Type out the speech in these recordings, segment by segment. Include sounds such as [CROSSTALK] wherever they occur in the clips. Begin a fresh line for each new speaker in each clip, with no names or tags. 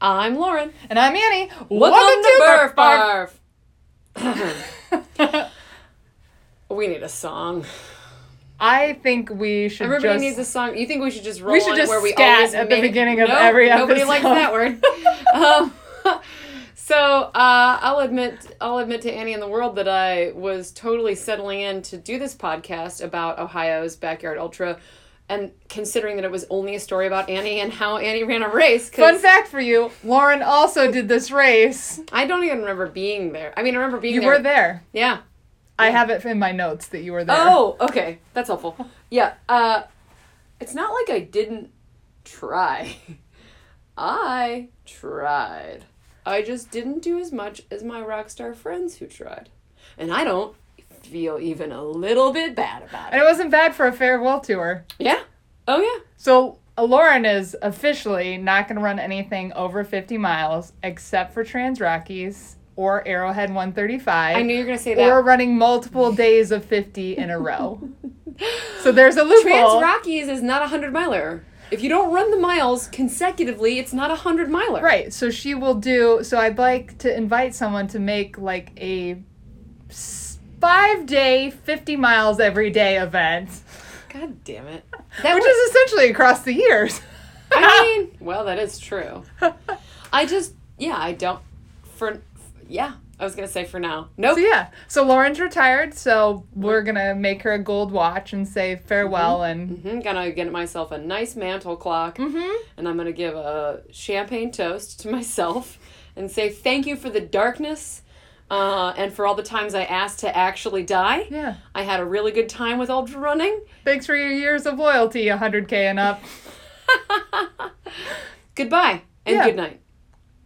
I'm Lauren.
And I'm Annie.
Welcome to Barf
Barf
Barf.
Barf.
Oh, We need a song.
[LAUGHS] I think we should
Everybody
just-
needs a song. You think we should just roll
We should
on
just
where we
scat
always
at the
make-
beginning of
No,
every
Nobody likes
episode.
that word.
[LAUGHS]
um, [LAUGHS] so uh, I'll admit, I'll admit to Annie and the world that I was totally settling in to do this podcast about Ohio's backyard ultra, and considering that it was only a story about Annie and how Annie ran a race. 'cause
Fun fact for you, Lauren also did this
[LAUGHS]
race.
I don't even remember being there. I mean, I remember being
You
there.
were there.
Yeah.
I have it in my notes that you were there.
Oh, okay. That's helpful. Yeah. Uh, it's not like I didn't try. [LAUGHS] I tried. I just didn't do as much as my rock star friends who tried. And I don't feel even a little bit bad about it.
And it wasn't bad for a farewell tour.
Yeah. Oh, yeah.
So uh, Lauren is officially not going to run anything over 50 miles except for Trans Rockies or Arrowhead 135.
I knew you were going to say that.
or running multiple days of 50 in
[LAUGHS]
a row. so there's a loophole.
Trans Rockies is not a 100 miler. If you don't run the miles consecutively, it's not a 100 miler.
Right. So she will do. So I'd like to invite someone to make like a s- five day, 50 miles every day event,
God damn it. That
which
would-
is essentially across the years.
I mean, well, that is true. I just, yeah, I don't. For, yeah, I was gonna say for now. Nope.
[LAUGHS] So yeah. So Lauren's retired. So we're going to make her a gold watch and say farewell. And
I'm Mm-hmm, gonna get myself a nice mantle clock,
Mm-hmm.
and I'm gonna give a champagne toast to myself and say thank you for the darkness, uh, and for all the times I asked to actually die.
yeah.
I had a really good time with ultra running.
Thanks for your years of loyalty, 100K and up.
Goodbye and
Yeah.
good night.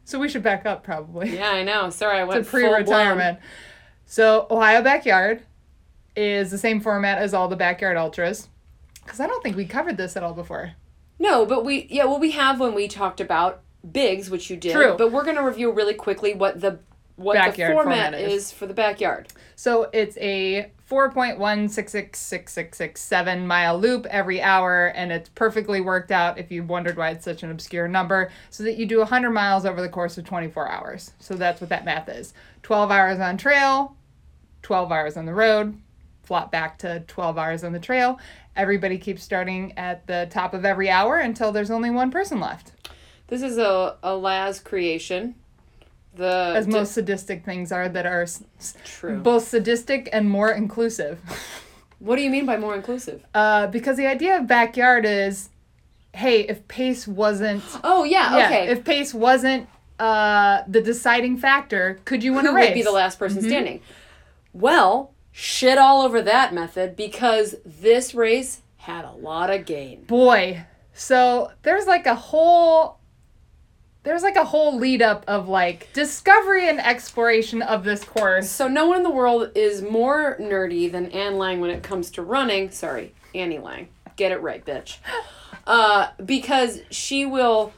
So we should back up probably.
Yeah, I know. Sorry, I went
to
full
pre-retirement. So Ohio Backyard is the same format as all the Backyard Ultras. Because I don't think we covered this at all before.
No, but we yeah, well we have when we talked about bigs, which you did.
True.
But we're gonna review really quickly what the what
Backyard
the format,
format
is.
is.
for the backyard.
So it's a 4.1666667 mile loop every hour, and it's perfectly worked out if you wondered why it's such an obscure number, so that you do 100 miles over the course of 24 hours. So that's what that math is 12 hours on trail, 12 hours on the road, flop back to 12 hours on the trail. Everybody keeps starting at the top of every hour until there's only one person left.
This is a, a Laz creation. The
As
di-
most sadistic things are that are s- s-
true.
both sadistic and more inclusive. [LAUGHS]
what do you mean by more inclusive?
Uh, because the idea of backyard is, hey, if pace wasn't,
Oh yeah,
yeah,
okay.
if pace wasn't uh, the deciding factor, could you win a
Who
race?
would be the last person
Mm-hmm.
standing? Well, shit all over that method because this race had a lot of gain.
Boy, so there's like a whole. There's like a whole lead up of like discovery and exploration of this course.
So no one in the world is more nerdy than Anne Lang when it comes to running. Sorry, Annie Lang. Get it right,
[LAUGHS]
bitch. Uh, because she will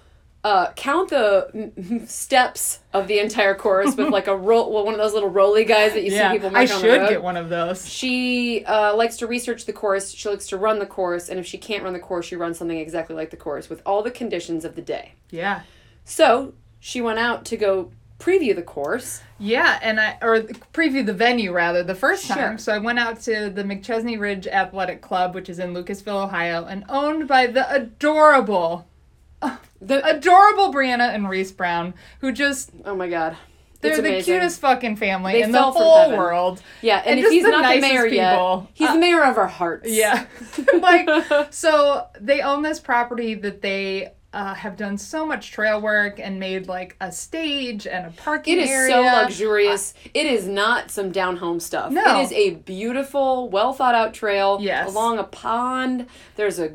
uh, count the steps of the entire course with
[LAUGHS]
like a roll, well, one of those little rolly guys that you see people
I
make on the
should
road.
get one of those.
She uh, likes to research the course. She likes to run the course, and if she can't run the course, she runs something exactly like the course with all the conditions of the day.
Yeah.
So she went out to go preview the course.
Yeah, and I or preview the venue rather the first
Sure.
time. So I went out to the McChesney Ridge Athletic Club, which is in Lucasville, Ohio, and owned by the adorable,
The,
adorable Brianna and Reese Brown, who just
Oh my god.
they're
It's
the
amazing.
cutest fucking family
They
in the
fell from
whole
heaven. [LAUGHS]
world.
Yeah, and,
and
if
just
he's
the
not the
nicest
mayor
people. Uh,
yet, he's the mayor of our hearts.
Yeah. [LAUGHS] like, so they own this property that they uh, have done so much trail work and made like a stage and a parking
It is
area.
so luxurious. it is not some down home stuff.
No.
It is a beautiful, well thought out trail
Yes.
along a pond. There's a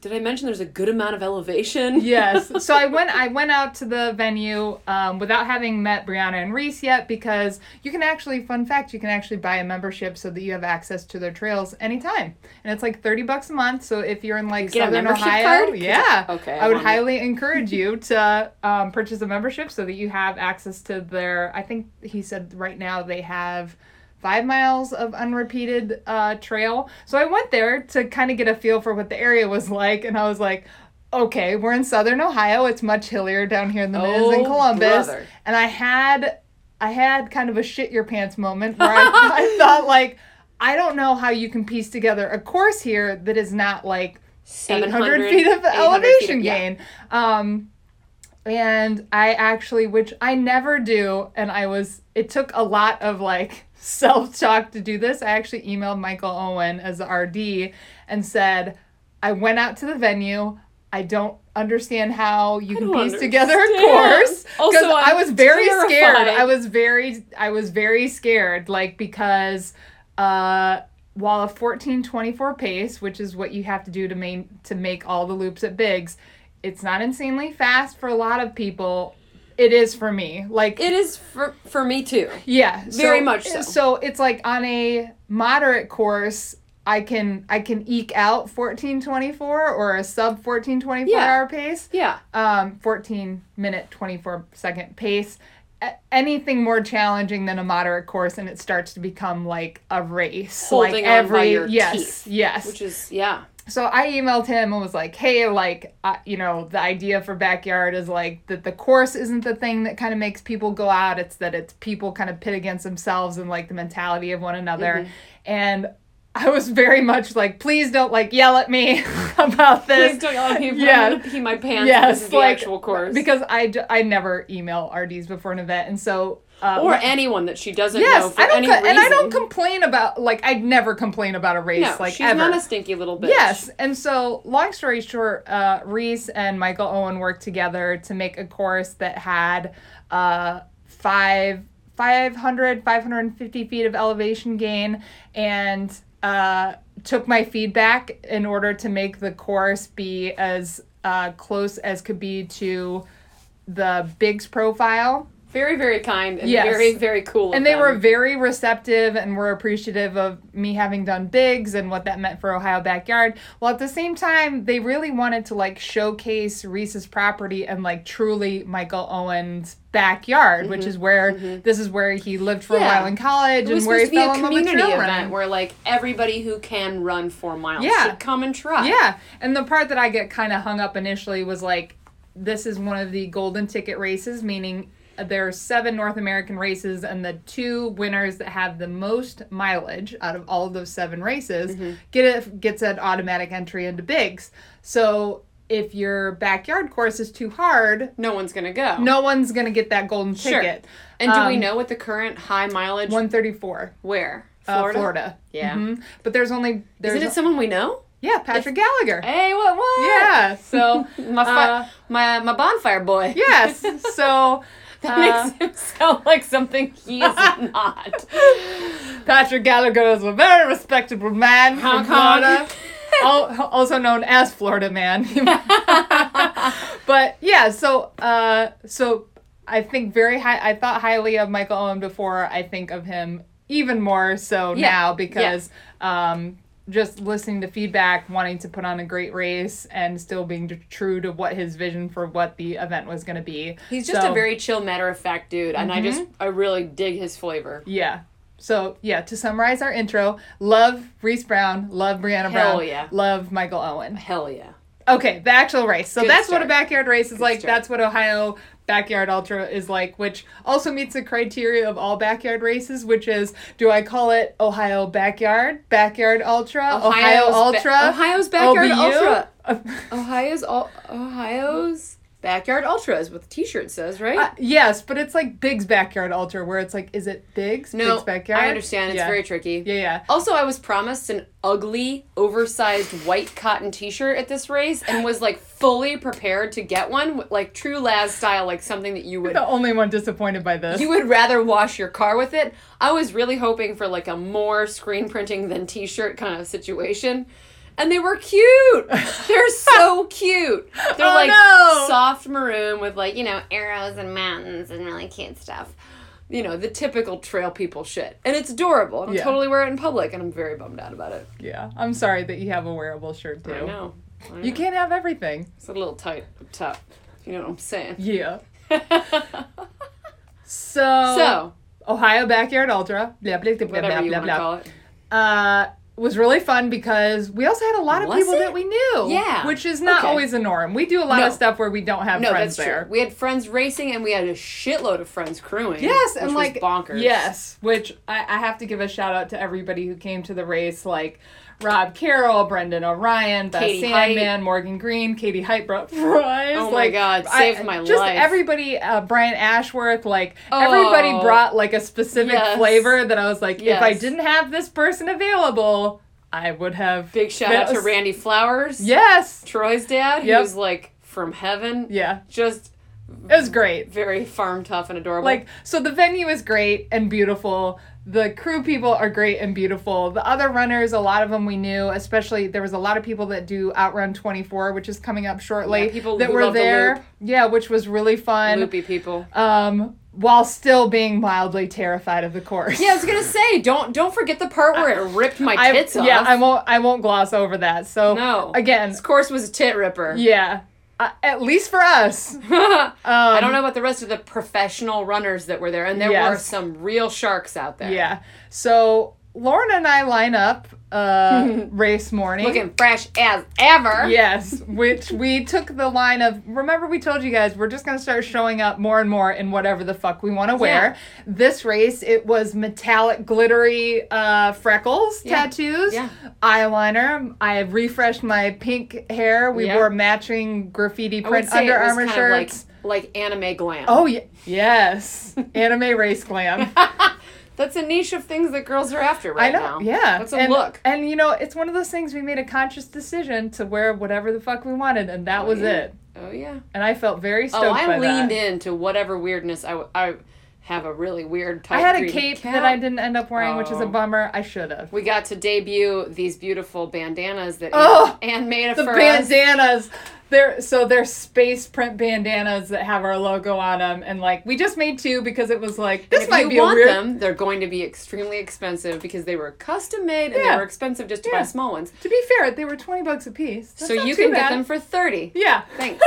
did I mention there's a good amount of elevation?
yes. So I went. I went out to the venue um, without having met Brianna and Reese yet because you can actually, fun fact, you can actually buy a membership so that you have access to their trails anytime, and it's like thirty bucks a month. So if you're in like
get a
Southern
membership
Ohio,
card? Could you-
yeah,
Okay, I
I, would
want it.
highly encourage you to um, purchase a membership so that you have access to their. I think he said right now they have. Five miles of unrepeated uh, trail. So I went there to kind of get a feel for what the area was like, and I was like, okay, we're in southern Ohio. It's much hillier down here than it is
Oh,
in Columbus.
brother.
And I had I had kind of a shit your pants moment where I,
[LAUGHS]
I thought like I don't know how you can piece together a course here that is not like 800 feet
800
of elevation
feet of- yeah.
gain. Um, and I actually, which I never do, and I was, it took a lot of like [LAUGHS] self talk to do this. I actually emailed Michael Owen as the RD and said, I went out to the venue. I don't understand how you can piece
don't
together a
understand.
course because
Also,
I
I'm
was very scared.
terrified.
I was very I was very scared like because uh while a 1424 pace, which is what you have to do to main to make all the loops at Biggs, it's not insanely fast for a lot of people. It is for me. Like
It is for for me too.
yeah,
Very much so.
So it's like on a moderate course, I can I can eke out fourteen twenty four or a sub fourteen twenty four
Yeah.
hour pace,
Yeah.
um, fourteen minute twenty four second pace. A- anything more challenging than a moderate course, and it starts to become like a race, like
Holding on
every
by your
yes,
teeth,
yes,
Which is yeah.
so I emailed him and was like, "Hey, like, uh, you know, the idea for backyard is like that the course isn't the thing that kind of makes people go out. It's that it's people kind of pit against themselves and like the mentality of one another."
Mm-hmm.
And I was very much like, "Please don't like yell at me [LAUGHS] about this."
Please don't yell
[LAUGHS]
at me.
Yeah.
I'm gonna oh, pee my pants.
yes,
this is the
like
actual course.
because I d- I never email RDs before an event, and so uh,
or anyone that she doesn't know
yes,
for
I don't
any
co-
reason.
and I don't complain about like I'd never complain about a race
no,
like
she's
ever.
not a stinky little bitch.
Yes. And so, long story short, uh, Reese and Michael Owen worked together to make a course that had uh, five. 500 550 feet of elevation gain and uh, took my feedback in order to make the course be as uh, close as could be to the biggs profile
Very, very kind and
Yes.
very, very cool. of
and they
them.
were very receptive and were appreciative of me having done bigs and what that meant for ohio backyard well at the same time they really wanted to like showcase reese's property and like truly michael owen's backyard which is where this is where he lived for a
Mm-hmm. Yeah.
while in college
It was
and where he
supposed to be a
fell in love with
community
trail
event
running.
where like everybody who can run four miles
Yeah.
should come and [LAUGHS] try.
Yeah. And the part that I get kind of hung up initially was like, this is one of the golden ticket races, meaning uh, there are seven North American races, and the two winners that have the most mileage out of all of those seven races
Mm-hmm.
get a, gets an automatic entry into Bigs. So if your backyard course is too hard,
No one's gonna go.
no one's going to get that golden
Sure.
ticket.
And do we
Um,
know what the current high mileage
134.
where?
Uh, Florida.
Yeah.
Mhm. But there's only there's
Isn't it someone we know?
yeah Patrick Gallagher.
Hey, what what?
Yeah. So [LAUGHS]
My fi-
Uh,
my my bonfire boy.
yes. So
[LAUGHS] that
uh,
makes him sound like something he is not.
Patrick Gallagher is a very respectable man
Hong
from
Kong.
Florida,
[LAUGHS]
al- also known as Florida Man. [LAUGHS] but yeah, so uh, so I think very high. I thought highly of Michael Owen before. I think of him even more so
Yeah.
now because um, just listening to feedback, wanting to put on a great race, and still being d- true to what his vision for what the event was going to be.
He's just
So- Mm-hmm.
a very chill, matter of fact dude, and I just I really dig his flavor.
Yeah. So yeah, to summarize our intro, love Reese Brown, love Brianna
Hell
Brown,
yeah.
love Michael Owen.
Hell yeah.
Okay, the actual race. So
Good
that's what a
start.
backyard race is like.
start.
That's what Ohio Backyard Ultra is like, which also meets the criteria of all backyard races, which is do I call it Ohio Backyard, Backyard Ultra, Ohio
Ohio's ba-
Ultra,
Ohio's Backyard Ultra.
Ultra?
Ohio's all Ohio's backyard ultra is what the T-shirt says, right?
[LAUGHS] Uh, yes, but it's like Big's Backyard Ultra, where it's like, is it Big's?
no,
Big's Backyard?
I understand. It's
Yeah.
very tricky.
Yeah, yeah.
Also, I was promised an ugly, oversized white cotton T-shirt at this race, and was like fully prepared to get one, like true Laz style, like something that you would
The only one disappointed by this.
you would rather wash your car with it. I was really hoping for like a more screen printing than T-shirt kind of situation. And they were cute. They're
[LAUGHS]
so cute. They're
Oh,
like
no.
soft maroon with like, you know, arrows and mountains and really cute stuff. You know, the typical trail people shit. And it's adorable. And
Yeah.
I totally wear it in public and I'm very bummed out about it.
Yeah, I'm sorry that you have a wearable shirt too.
I know. I know.
You can't have everything.
It's a little tight up top. if You know what I'm saying?
Yeah. So,
so, [LAUGHS]
Ohio Backyard Ultra, blah, blah, blah, blah,
whatever
blah,
you
blah,
want to
blah.
call it.
Uh, was really fun because we also had a lot of
Was
people
it?
that we knew.
Yeah.
Which is not
Okay.
always the norm. We do a lot
No.
of stuff where we don't have
No,
friends
that's
there.
true. We had friends racing and we had a shitload of friends crewing.
Yes,
which
and
was
like
bonkers.
Yes, which I, I have to give a shout out to everybody who came to the race, like Rob Carroll, Brendan O'Ryan, Beth
Katie
Sandman, Morgan Green, Katie Height, [LAUGHS] Brooke Price.
Oh my
like,
God, saved my
just
life.
everybody, uh, Brian Ashworth, like everybody
Oh.
brought like a specific
Yes.
flavor that I was like, if I
Yes.
didn't have this person available, I would have
Big shout out to
Yes.
Randy Flowers.
Yes,
Troy's dad,
Yep.
who's like from heaven.
yeah,
Just
it was great.
very farm tough and adorable.
Like, so the venue is great and beautiful. The crew people are great and beautiful. The other runners, a lot of them we knew, especially there was a lot of people that do Outrun 24, which is coming up shortly.
Yeah, people
that
who
were
love the
there.
loop.
Yeah, which was really fun.
loopy people.
Um, while still being mildly terrified of the course.
Yeah, I was gonna say, don't don't forget the part where [LAUGHS] it ripped my
I,
tits off.
yeah, I won't. I won't gloss over that. So
No.
again,
This course was a tit ripper.
yeah. Uh, at least for us, um,
[LAUGHS] I don't know about the rest of the professional runners that were there, and there
Yes.
were some real sharks out there.
Yeah. So Lauren and I line up uh, race morning.
Looking fresh as ever.
Yes, which we took the line of remember we told you guys we're just going to start showing up more and more in whatever the fuck we want to wear. This race it was metallic glittery uh freckles,
Yeah.
tattoos,
Yeah.
eyeliner. I refreshed my pink hair. We
Yeah.
wore matching graffiti
I would
print
say
Under
it was
Armour
kind
shirts.
of like like anime glam.
Oh yeah.
[LAUGHS]
yes, anime race glam.
that's a niche of things that girls are after
I
right
know.
now.
Yeah.
that's a
and,
look.
And you know, it's one of those things we made a conscious decision to wear whatever the fuck we wanted, and that was
yeah.
it.
Oh yeah.
And I felt very stoked
Oh, I
by
leaned
that.
into whatever weirdness I, w- I have a really weird type.
I had a cape that I didn't end up wearing, which is a
Oh.
bummer. I should have.
We got to debut these beautiful bandanas that
Oh,
Anne made
The
for us.
bandanas. They're so they're space print bandanas that have our logo on them, and like we just made two because it was like this
If
might
you
be
want
a weird.
them, they're going to be extremely expensive because they were custom made and
Yeah.
they were expensive just to
Yeah.
buy small ones.
To be fair, they were twenty bucks a piece. That's
so
not
you
too
can
bad.
get them for thirty.
Yeah. [LAUGHS]
Thanks.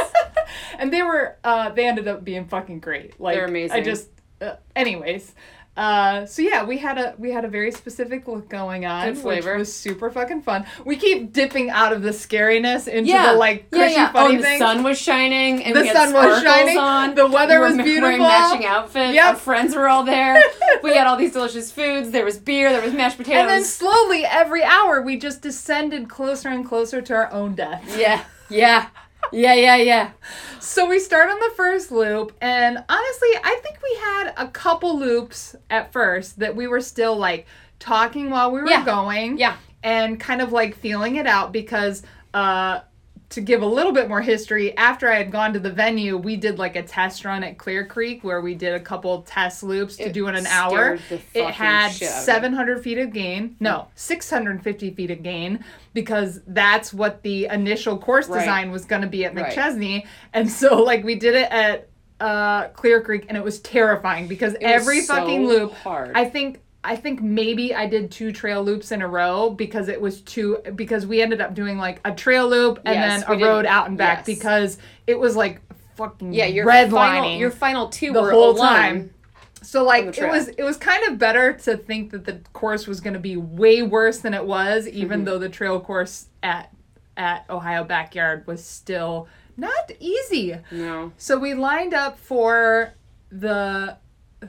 and they were uh they ended up being fucking great. Like
They're amazing.
I just uh, anyways. Uh, so yeah, we had a we had a very specific look going on,
Good flavor.
which was super fucking fun. We keep dipping out of the scariness into
yeah,
the like
yeah,
cushy
yeah.
funny
oh, and
things.
the sun was shining, and
The
we had
sun was
sparkles
shining,
on.
the weather
We were
was
ma-
beautiful.
Wearing matching outfits.
Yep.
Our friends were all
[LAUGHS]
there. we had all these delicious foods. There was beer. There was mashed potatoes.
and then slowly every hour we just descended closer and closer to our own death.
yeah, yeah, yeah, yeah, yeah.
So we start on the first loop, and honestly, I think we had a couple loops at first that we were still like talking while we were
Yeah.
going.
Yeah.
And kind of like feeling it out because uh to give a little bit more history, after I had gone to the venue, we did like a test run at Clear Creek where we did a couple test loops to
It
do in an hour.
scared the
It
fucking
had
shit out of me. Hmm.
seven 700 feet of gain. No, 650 feet of gain because that's what the initial course
Right.
design was going to be at
Right.
McChesney. And so, [LAUGHS] like, we did it at uh, Clear Creek and it was terrifying because
was
every
so
fucking loop,
hard.
I think. I think maybe I did two trail loops in a row because it was two because we ended up doing like a trail loop and
Yes,
then
we
a
did-
road out and back
yes.
because it was like fucking
Yeah, your
redlining
final, your final two
the
were
whole
alone.
time. So like it
trail.
was it was kind of better to think that the course was going to be way worse than it was, even
Mm-hmm.
though the trail course at at Ohio Backyard was still not easy.
No.
So we lined up for the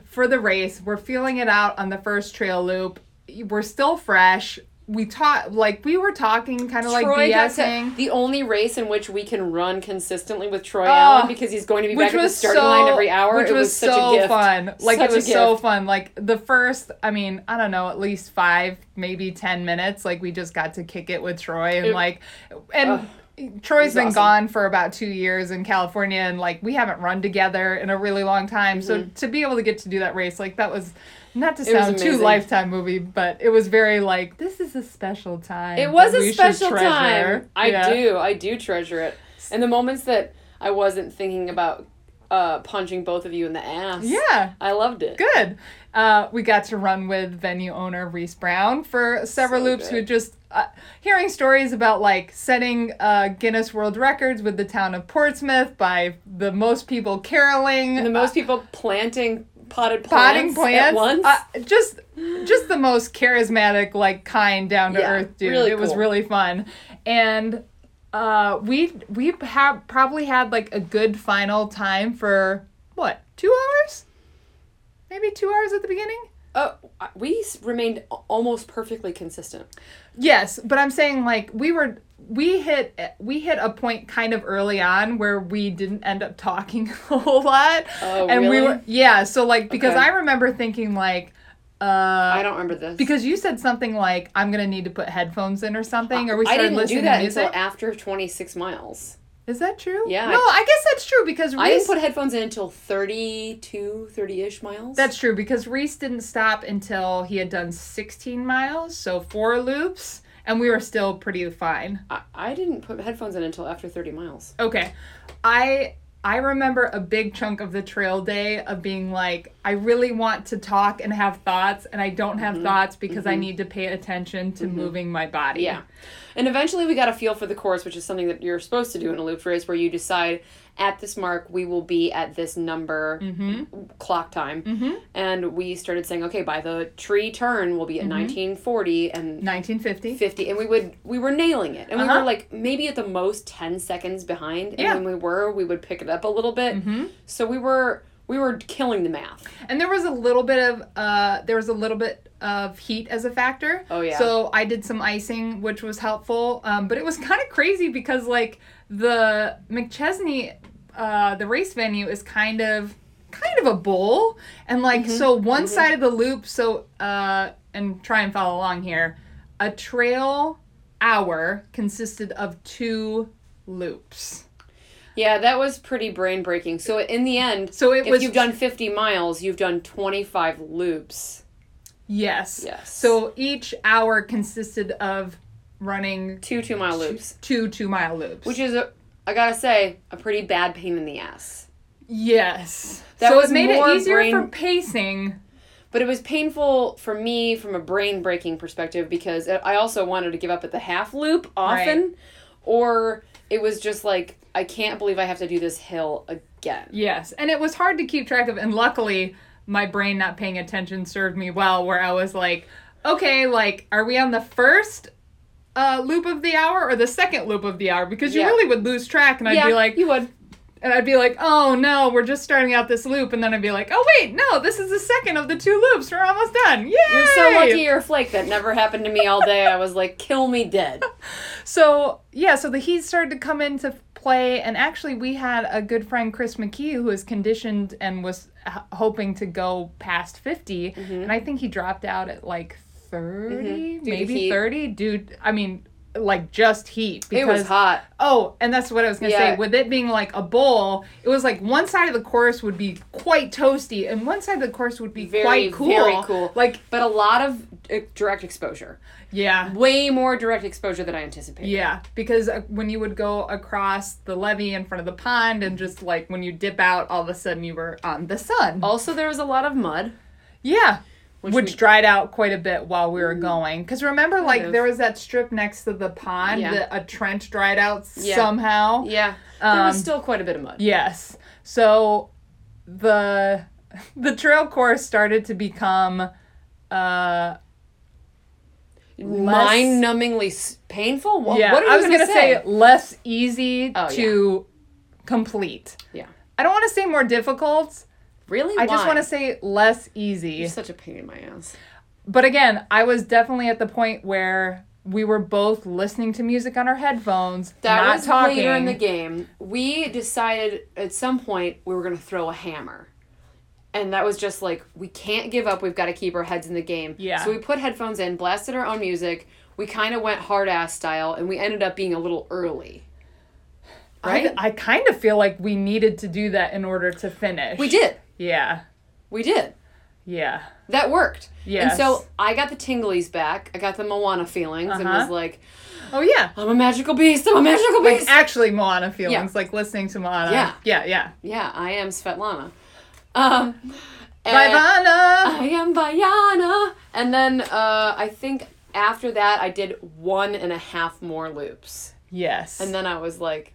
for the race. We're feeling it out on the first trail loop. We're still fresh. We taught like we were talking kind of like
Troy got
BSing.
to the only race in which we can run consistently with Troy
Oh,
Allen because he's going to be back at the starting line every hour.
Which
it
was,
was, such
so
a gift.
fun. Like
Such
it
a
was so
gift.
fun. Like the first, I mean, I don't know, at least five, maybe ten minutes. Like we just got to kick it with Troy and like, and. Troy's
was
been
awesome.
gone for about two years in California, and like we haven't run together in a really long time. So to be able to get to do that race, like that was not to
Mm-hmm. was
sound too
amazing.
lifetime movie, but it was very like this is a special time.
It was
that
a
we should
special
treasure.
time. I
Yeah.
do. I do treasure it. And the moments that I wasn't thinking about uh, punching both of you in the ass.
Yeah.
I loved it.
good. Uh, we got to run with venue owner Reese Brown for several
So
loops.
good.
Who just uh, hearing stories about like setting uh, Guinness World Records with the town of Portsmouth by the most people caroling. uh,
And the most people planting potted plants
potting
at
plants.
once.
Uh, just just the most charismatic, like kind, down to earth
Yeah,
dude.
really
it was
cool.
really fun, and uh, we we have probably had like a good final time for what two hours, maybe two hours at the beginning.
oh, we s- remained a- almost perfectly consistent.
Yes, but I'm saying like we were we hit we hit a point kind of early on where we didn't end up talking [LAUGHS] a whole lot.
Oh,
and
really?
we were yeah, so like because
Okay.
I remember thinking like uh
I don't remember this
because you said something like I'm going to need to put headphones in or something or we
I
started
didn't
listening
do that
to music.
until after twenty six miles.
Is that true?
Yeah,
No, I guess that's true because
I
Reese
didn't put headphones in until 32, 30 ish miles.
that's true because Reese didn't stop until he had done 16 miles, so four loops and we were still pretty fine.
I, I didn't put headphones in until after thirty miles.
Okay. I I remember a big chunk of the trail day of being like, I really want to talk and have thoughts, and I don't have thoughts because I need to pay attention to moving my body.
Yeah. And eventually we got a feel for the course, which is something that you're supposed to do in a loop race where you decide at this mark we will be at this number
Mm-hmm.
clock time. And we started saying, okay, by the tree turn we'll be
Mm-hmm.
at 1940 and
1950.
50 and we would we were nailing it. And we
Uh-huh.
were like maybe at the most 10 seconds behind and
Yeah. Mm-hmm.
when we were we would pick it up a little bit. So we were we were killing the math.
And there was a little bit of uh there was a little bit of heat as a factor.
Oh, yeah.
So I did some icing, which was helpful. Um, but it was kind of crazy because like the McChesney uh the race venue is kind of kind of a bowl and like
Mm-hmm.
so one side of the loop so uh and try and follow along here a trail hour consisted of two loops
Yeah, that was pretty brain breaking. So in the end,
So it
if
was-
you've done 50 miles, you've done 25 loops.
yes
Yes.
so each hour consisted of running
Two 2 mile loops,
two two mile loops
which is a I got to say, a pretty bad pain in the ass.
yes
That
so
was
it made
more
it easier
brain-
for pacing
But it was painful for me from a brain breaking perspective because I I also wanted to give up at the half loop often or it was just like I can't believe I have to do this hill again.
Yes, and it was hard to keep track of, and luckily, my brain not paying attention served me well, where I was like, okay, like, are we on the first uh, loop of the hour or the second loop of the hour? Because you
Yeah.
really would lose track, and I'd
yeah,
be like,
you would.
and I'd be like, oh no, we're just starting out this loop, and then I'd be like, oh wait, no, this is the second of the two loops, we're almost done. Yay!
You're so lucky you're a flake. That never happened to me all day. I was like, kill me dead.
So yeah, so the heat started to come into play, and actually we had a good friend Chris McKee who was conditioned and was h- hoping to go past 50 and I think he dropped out at like 30
Mm-hmm. Due to
maybe
heat.
thirty. Dude, I mean, like just heat
It was hot.
Oh, and that's what I was gonna
Yeah.
say. With it being like a bowl, it was like one side of the course would be quite toasty, and one side of the course would be
Very,
quite cool.
very cool.
Like
but a lot of uh, direct exposure.
yeah,
Way more direct exposure than I anticipated.
Yeah, because uh, when you would go across the levee in front of the pond and just like when you dip out, all of a sudden you were on the sun.
Also, there was a lot of mud.
yeah. Which,
Oh. Which we- Mm-hmm.
dried out quite a bit while we were going. Because remember, like,
of.
there was that strip next to the pond
Yeah.
that a trench dried out
Yeah.
somehow.
Yeah. There was
Um,
still quite a bit of mud.
Yes. So the [LAUGHS] the trail course started to become uh
Mind numbingly s- painful? What,
yeah,
Oh, what are you
I was
going to
gonna say less easy
Oh, yeah.
to complete.
Yeah.
I don't want to say more difficult.
Really?
I just
Why?
want to say less easy.
You're such a pain in my ass.
But again, I was definitely at the point where we were both listening to music on our headphones,
That
not
was
talking.
later in the game. We decided at some point we were going to throw a hammer. And that was just like, we can't give up. We've got to keep our heads in the game.
Yeah.
So we put headphones in, blasted our own music. We kind of went hard ass style, and we ended up being a little early.
I-
Right?
I, kind of feel like we needed to do that in order to finish.
we did.
Yeah.
We did.
Yeah.
That worked.
Yes.
And so I got the tinglies back. I got the Moana feelings and
Uh-huh.
was like,
Oh yeah.
I'm a magical beast. I'm a magical
Like
beast.
actually Moana feelings,
Yeah.
like listening to Moana.
Yeah.
Yeah, yeah.
yeah, I am Svetlana. Um,
Bye
and-
Vana.
I am Bayana. And then uh, I think after that, I did one and a half more loops.
Yes.
And then I was like,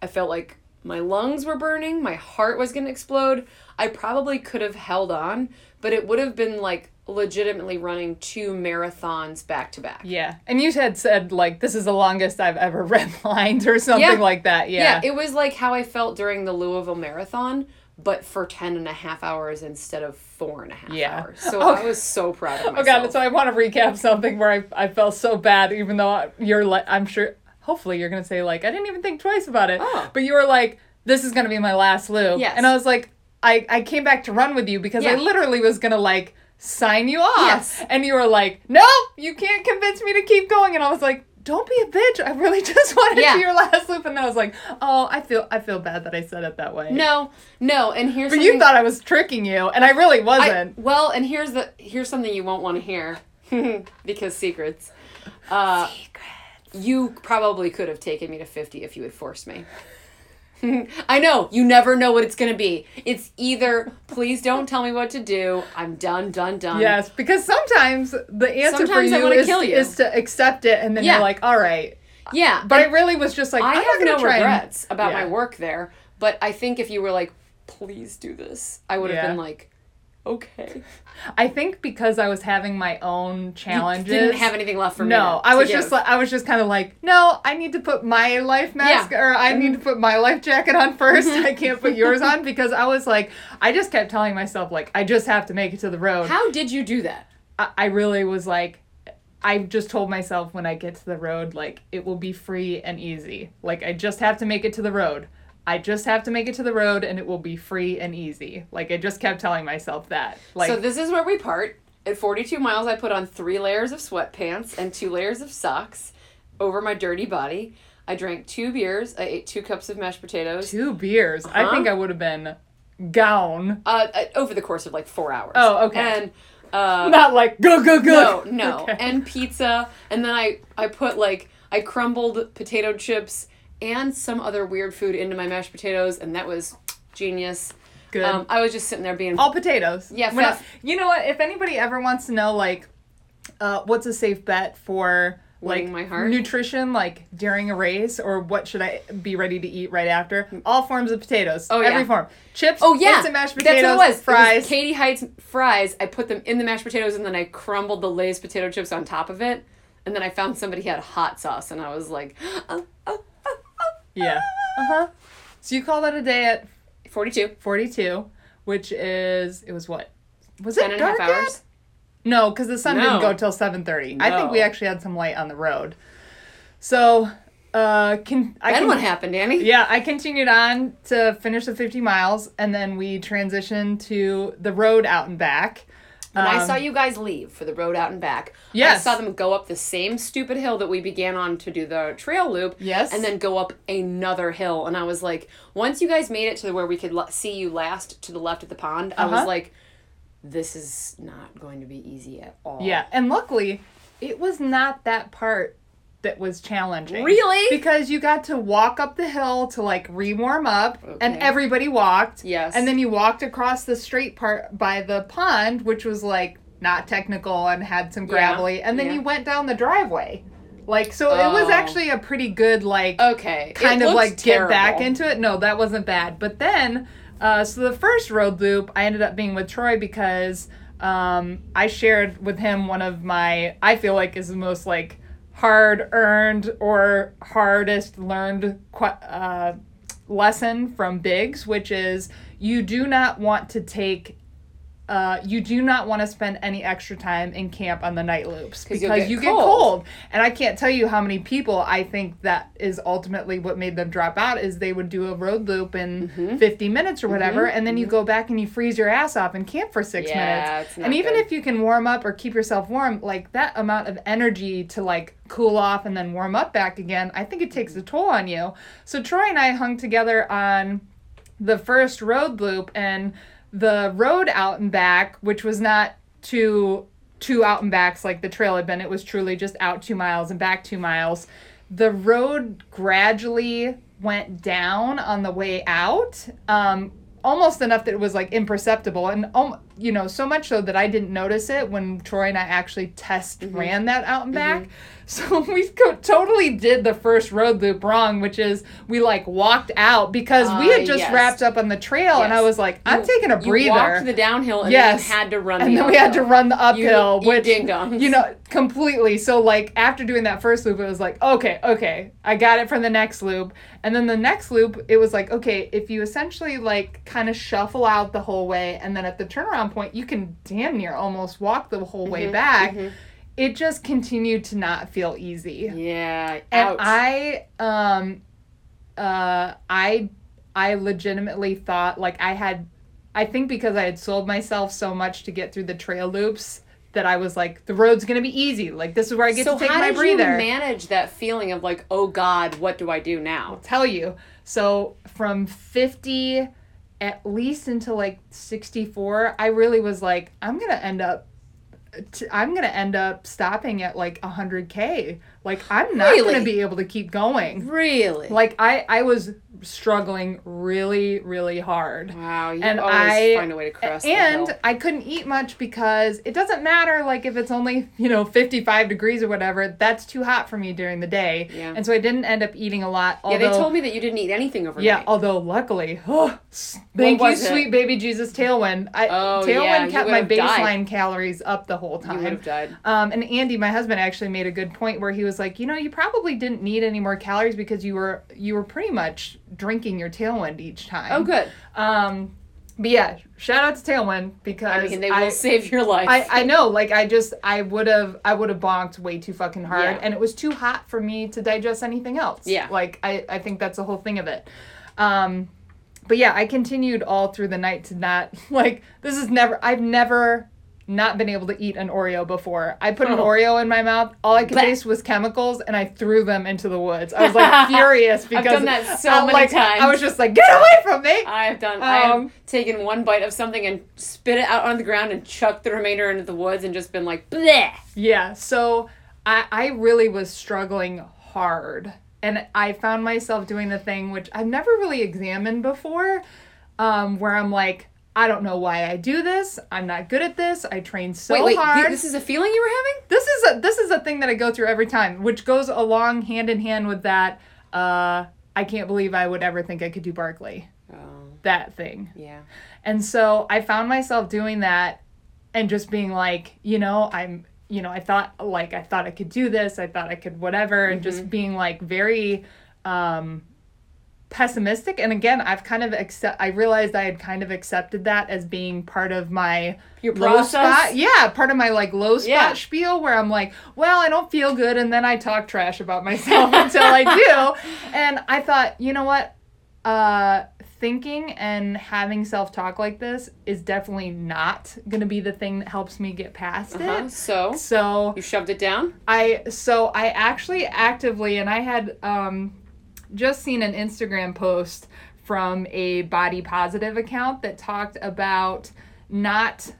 I felt like My lungs were burning, my heart was going to explode. I probably could have held on, but it would have been like legitimately running two marathons back to back.
Yeah. And you had said, like, this is the longest I've ever [LAUGHS] redlined or something
Yeah.
like that. Yeah.
Yeah, it was like how I felt during the Louisville Marathon, but for 10 and a half hours instead of four and a half
Yeah.
hours.
[LAUGHS]
So I was so proud of
oh,
myself.
God. So I want to recap something where I, I felt so bad, even though I- you're like, I'm sure, hopefully you're going to say, like, I didn't even think twice about it.
Oh.
But you were like, this is going to be my last loop.
Yes.
And I was like, I, I came back to run with you because I
Yeah.
literally was going to, like, sign you off.
Yes.
And you were like, nope, you can't convince me to keep going. And I was like, don't be a bitch. I really [LAUGHS] just wanted
Yeah.
to your last loop. And then I was like, oh, I feel I feel bad that I said it that way.
no, no, and here's
But you
something-
thought I was tricking you, and I really
I-
wasn't.
well, and here's the here's something you won't want to hear [LAUGHS] because secrets. Uh, You probably could have taken me to fifty if you had forced me. [LAUGHS] I know you never know what it's gonna be. It's either please don't tell me what to do. I'm done, done, done.
yes, because sometimes the answer
Sometimes I
for you
wanna
is,
kill you.
is to accept it, and then
Yeah.
you're like, all right.
yeah.
But I
and
really was just like,
I
I'm
have
not
no
gonna try and-
regrets about
Yeah.
my work there. But I think if you were like, please do this, I would have
Yeah.
been like, okay.
I think because I was having my own challenges.
Didn't have anything left for me.
no,
to-
I
to
was
give.
just like I was just kind of like, no, I need to put my life mask or I need
Mm-hmm.
to put my life jacket on 1st I can't put yours on [LAUGHS] because I was like, I just kept telling myself like, I just have to make it to the road.
how did you do that?
I, I really was like I just told myself when I get to the road, like it will be free and easy. Like I just have to make it to the road. I just have to make it to the road and it will be free and easy. Like I just kept telling myself that. Like
So this is where we part. At 42 miles, I put on three layers of sweatpants and two layers of socks over my dirty body. I drank two beers. I ate two cups of mashed potatoes.
two beers. I think I would have been gone.
Uh, uh, over the course of like four hours.
Oh, okay.
And uh,
[LAUGHS] Not like go go
no,
go.
no,
[LAUGHS] Okay.
and pizza. And then I I put like I crumbled potato chips and some other weird food into my mashed potatoes, and that was genius.
Good. Oh,
Um, I was just sitting there being
All potatoes.
Yeah,
When I-
fat.
you know what? If anybody ever wants to know, like, uh, what's a safe bet for like
Winning my heart?
nutrition, like during a race, or what should I be ready to eat right after? All forms of potatoes.
Mm. Oh,
every
yeah.
form. Chips.
Oh yeah,
instant mashed potatoes.
That's what it was. It
Fries.
was Katie Heights fries. I put them in the mashed potatoes and then I crumbled the Lay's potato chips on top of it. And then I found somebody had hot sauce and I was like, [GASPS] "Oh,
yeah. Uh huh. So you call that a day at
forty-two.
forty-two, which is it was what? Was
Ten
it
and a half
dark yet?
hours.
No, because the sun didn't
No.
go till seven thirty. I think
No.
we actually had some light on the road. So, uh, can I
Then
can,
what happened, Annie?
Yeah, I continued on to finish the 50 miles, and then we transitioned to the road out and back.
When I
Um,
saw you guys leave for the road out and back,
Yes.
I saw them go up the same stupid hill that we began on to do the trail loop.
Yes.
And then go up another hill. And I was like, once you guys made it to where we could l- see you last to the left of the pond, I
Uh-huh.
was like, this is not going to be easy at all.
Yeah, and luckily, it was not that part that was challenging.
Really?
Because you got to walk up the hill to like re warm up, and
Okay.
everybody walked.
Yes.
And then you walked across the straight part by the pond, which was like not technical and had some gravelly, and then
yeah.
you went down the driveway. Like, so it was
Oh.
actually a pretty good, like,
Okay.
kind
It
of
looks
like get back
terrible.
into it. No, that wasn't bad. But then, uh, so the first road loop, I ended up being with Troy because um, I shared with him one of my, I feel like is the most like hard earned or hardest learned que- uh, lesson from Biggs, which is you do not want to take. Uh, you do not want to spend any extra time in camp on the night loops because
you'll get
you get
cold.
cold cold. And I can't tell you how many people I think that is ultimately what made them drop out is they would do a road loop in
Mm-hmm.
50 minutes or whatever and then you go back and you freeze your ass off and camp for 6
Yeah,
minutes.
it's not
and even
good.
if you can warm up or keep yourself warm, like that amount of energy to like cool off and then warm up back again, I think it takes
Mm-hmm.
a toll on you. So Troy and I hung together on the first road loop and the road out and back, which was not two two out and backs like the trail had been. It was truly just out two miles and back two miles. The road gradually went down on the way out, um, almost enough that it was like imperceptible, and um, you know so much so that I didn't notice it when Troy and I actually test ran that out and back. [LAUGHS] So we co- totally did the first road loop wrong, which is we like walked out because we
Uh,
had just
yes.
wrapped up on the trail, and I
Yes.
was like, I'm taking a breather.
You walked the downhill and
Yes.
then you had to run
and
the
then we had to
uphill.
run the uphill,
You- you
which
ding-dongs.
you know completely. So like after doing that first loop, it was like okay, okay, I got it from the next loop, and then the next loop, it was like okay, if you essentially like kind of shuffle out the whole way, and then at the turnaround point, you can damn near almost walk the whole
Mm-hmm,
way back. It just continued to not feel easy
Yeah.
and
ouch.
I um uh I I legitimately thought like I had I think because I had sold myself so much to get through the trail loops that I was like the road's going to be easy like this is where I get
so
to take
how
my
did
breather
you manage that feeling of like, oh God, what do I do now?
tell you. So from 50 at least until like 64, I really was like, I'm going to end up. T- I'm gonna end up stopping at like 100k. Like I'm not gonna
Really?
be able to keep going.
Really?
Like I, I was struggling really, really hard.
wow, you
and
always
I-
find a way to cross
And
the hill.
I couldn't eat much because it doesn't matter like if it's only, you know, 55 degrees or whatever, that's too hot for me during the day.
Yeah.
And so I didn't end up eating a lot.
Yeah,
Although,
they told me that you didn't eat anything overnight.
yeah, although luckily, oh, thank you,
was it?
sweet baby Jesus Tailwind. I,
Oh,
Tailwind
yeah, you
kept
would
my
have died.
baseline calories up the whole
you
time.
would have died.
Um, and Andy, my husband, actually made a good point where he was like, you know, you probably didn't need any more calories because you were you were pretty much drinking your Tailwind each time.
Oh, good.
Um, but yeah, shout out to Tailwind because
I mean, they will
I-
save your life.
I, I know, like I just I would have I would have bonked way too fucking hard
Yeah.
and it was too hot for me to digest anything else.
Yeah.
Like I, I think that's the whole thing of it. Um but yeah, I continued all through the night to not [LAUGHS] like this is never I've never not been able to eat an Oreo before. I put an
Oh.
Oreo in my mouth. All I could
Blech.
taste was chemicals, and I threw them into the woods. I
[LAUGHS]
was like furious because
done that so
I,
many
like, I
times.
was just like, "Get away from me!"
[LAUGHS] I have done. I have
Um,
taken one bite of something and spit it out on the ground and chucked the remainder into the woods and just been like, bleh.
Yeah, so I I really was struggling hard. And I found myself doing the thing which I've never really examined before, um, where I'm like, I don't know why I do this. I'm not good at this. I train so
wait, wait. thi-
hard.
This is a feeling you were having?
this is a this is a thing that I go through every time, which goes along hand in hand with that. Uh, I can't believe I would ever think I could do Barkley.
Oh,
That thing.
yeah.
And so I found myself doing that and just being like, you know, I'm, you know, I thought like I thought I could do this, I thought I could whatever, and just being like very um pessimistic. And again, I've kind of accept I realized I had kind of accepted that as being part of my
Your
low
process?
spot. Yeah, part of my like low spot
Yeah.
spiel where I'm like, well, I don't feel good and then I talk trash about myself [LAUGHS] until I do. And I thought, you know what? uh thinking and having self-talk like this is definitely not going to be the thing that helps me get past
Uh-huh.
it
So
so
you shoved it down?
i so i actually actively and i had um just seen an instagram post from a body positive account that talked about not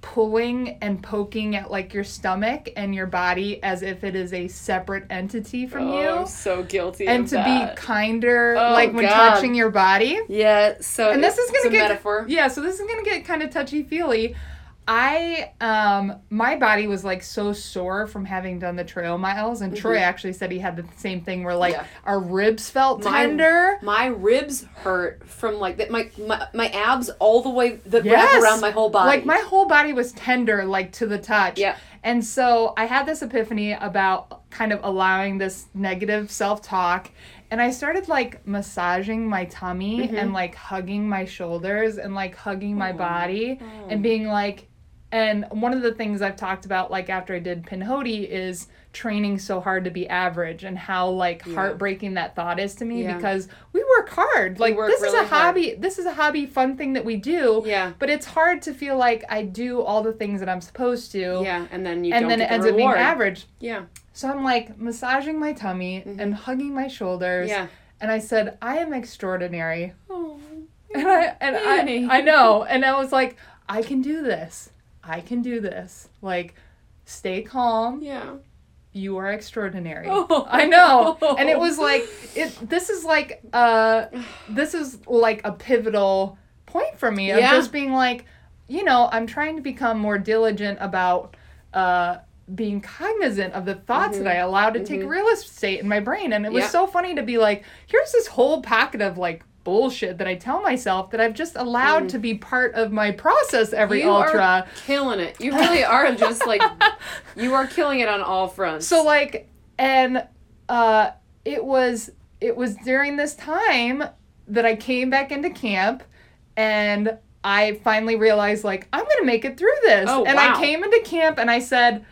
pulling and poking at like your stomach and your body as if it is a separate entity from
Oh, I'm
you
so guilty.
and
of
to
that.
be kinder
Oh,
like when
God.
touching your body
Yeah. So
and this is gonna
it's a
get
metaphor.
yeah so this is gonna get kind of touchy feely i um my body was like so sore from having done the trail miles and troy actually said he had the same thing where like
Mm-hmm. Yeah.
our ribs felt
My-
tender
My ribs hurt from like that. My, my my abs all the way that
Yes.
wrap around my whole body.
like my whole body was tender like to the touch
Yeah.
and so i had this epiphany about kind of allowing this negative self-talk and i started like massaging my tummy
Mm-hmm.
and like hugging my shoulders and like hugging
Oh,
my body and being like and one of the things I've talked about, like after I did Pinhoti, is training so hard to be average and how like heartbreaking that thought is to me
Yeah.
because we work hard. Like
work
this is
really
a
hard.
hobby. This is a hobby, fun thing that we do.
Yeah.
But it's hard to feel like I do all the things that I'm supposed to.
yeah, and then you
And
don't
then
get
it
the
ends up
reward.
being average.
Yeah.
So I'm like massaging my tummy and hugging my shoulders.
Mm-hmm. Yeah.
And I said, I am extraordinary. And
Oh.
I and
Annie.
I, I know. And I was like, I can do this. I can do this. Like, stay calm.
Yeah.
You are extraordinary.
Oh.
[LAUGHS] I know. And it
[LAUGHS]
was like it this is like uh this is like a pivotal point for me of
Yeah.
just being like, you know, I'm trying to become more diligent about uh being cognizant of the thoughts that I allowed to take real estate in my brain. And it was
Mm-hmm. Yeah.
so funny to be like, here's this whole pocket of like bullshit that I tell myself that I've just allowed to be part of my process every
Mm. You
ultra.
are killing it. You really are just
[LAUGHS]
like you are killing it on all fronts.
So like and uh it was it was during this time that I came back into camp and I finally realized like I'm going to make it through this.
Oh,
and
wow.
I came into camp and I said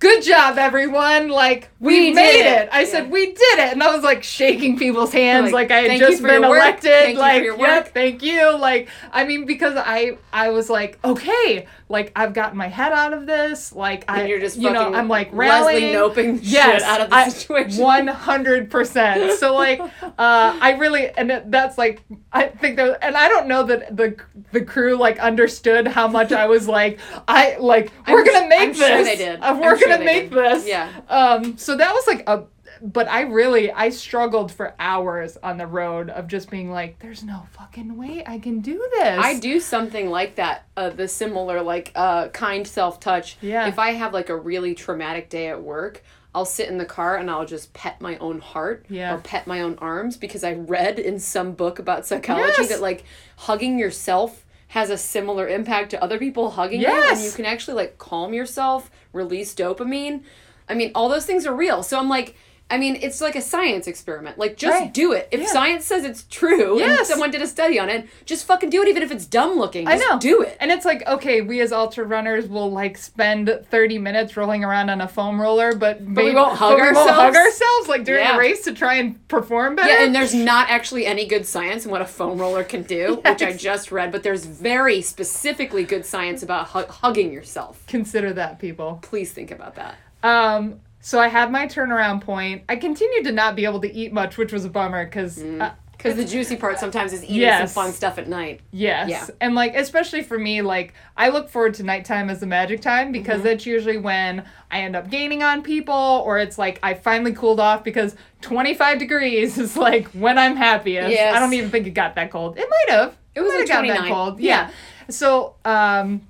Good job, everyone! Like we,
We
made
did it."
it. I
Yeah.
said we did it, and I was like shaking people's hands,
Like,
like, I
"Thank
had
you
just
for
been
your work.
elected.
Thank you for
like,
your
yeah,
work.
thank you. Like, I mean, because I I was like, okay, like I've gotten my head out of this. Like, I
and you're just
you know
fucking
I'm like
Leslie
rallying. [LAUGHS]
noping
Yes,
shit out of the
I-
situation.
One hundred percent. So like, uh, I really and it- that's like I think that and I don't know that the the crew like understood how much I was like I like
I'm
we're
s-
gonna make
I'm
this.
sure they did.
Uh,
I'm
we're
sure
gonna
they
make
did.
this.
Yeah.
Um. So that was like a. But I really I struggled for hours on the road of just being like, there's no fucking way I can do this.
I do something like that, uh, the similar like uh, kind self touch.
Yeah.
If I have like a really traumatic day at work, I'll sit in the car and I'll just pet my own heart
Yeah.
or pet my own arms because I read in some book about psychology
Yes.
that like hugging yourself has a similar impact to other people hugging you and
Yes.
you can actually like calm yourself, release dopamine. I mean, all those things are real. So I'm like, I mean, it's like a science experiment. Like just
Right.
do it. If
Yeah.
science says it's true and
Yes.
someone someone did a study on it. Just fucking do it, even if it's dumb looking.
I
Just
know.
Do it.
And it's like, okay, we as ultra runners will like spend 30 minutes rolling around on a foam roller, but, maybe-
won't hug
we won't
ourselves?
hug ourselves like during
Yeah.
the race to try and perform better.
Yeah, and there's not actually any good science in what a foam roller can do, which I
Yes.
just read, but there's very specifically good science about hu- hugging yourself.
consider that people.
Please think about that.
Um so I had my turnaround point. I continued to not be able to eat much, which was a bummer cuz
Mm. Because the juicy part sometimes is eating
Yes.
some fun stuff at night.
Yes.
Yeah.
And like especially for me, like I look forward to nighttime as the magic time because
Mm-hmm.
that's usually when I end up gaining on people or it's like I finally cooled off because 25 degrees is like when I'm happiest.
Yes.
I don't even think it got that cold. It might have.
It was
might
like
have gotten
29.
Yeah. So um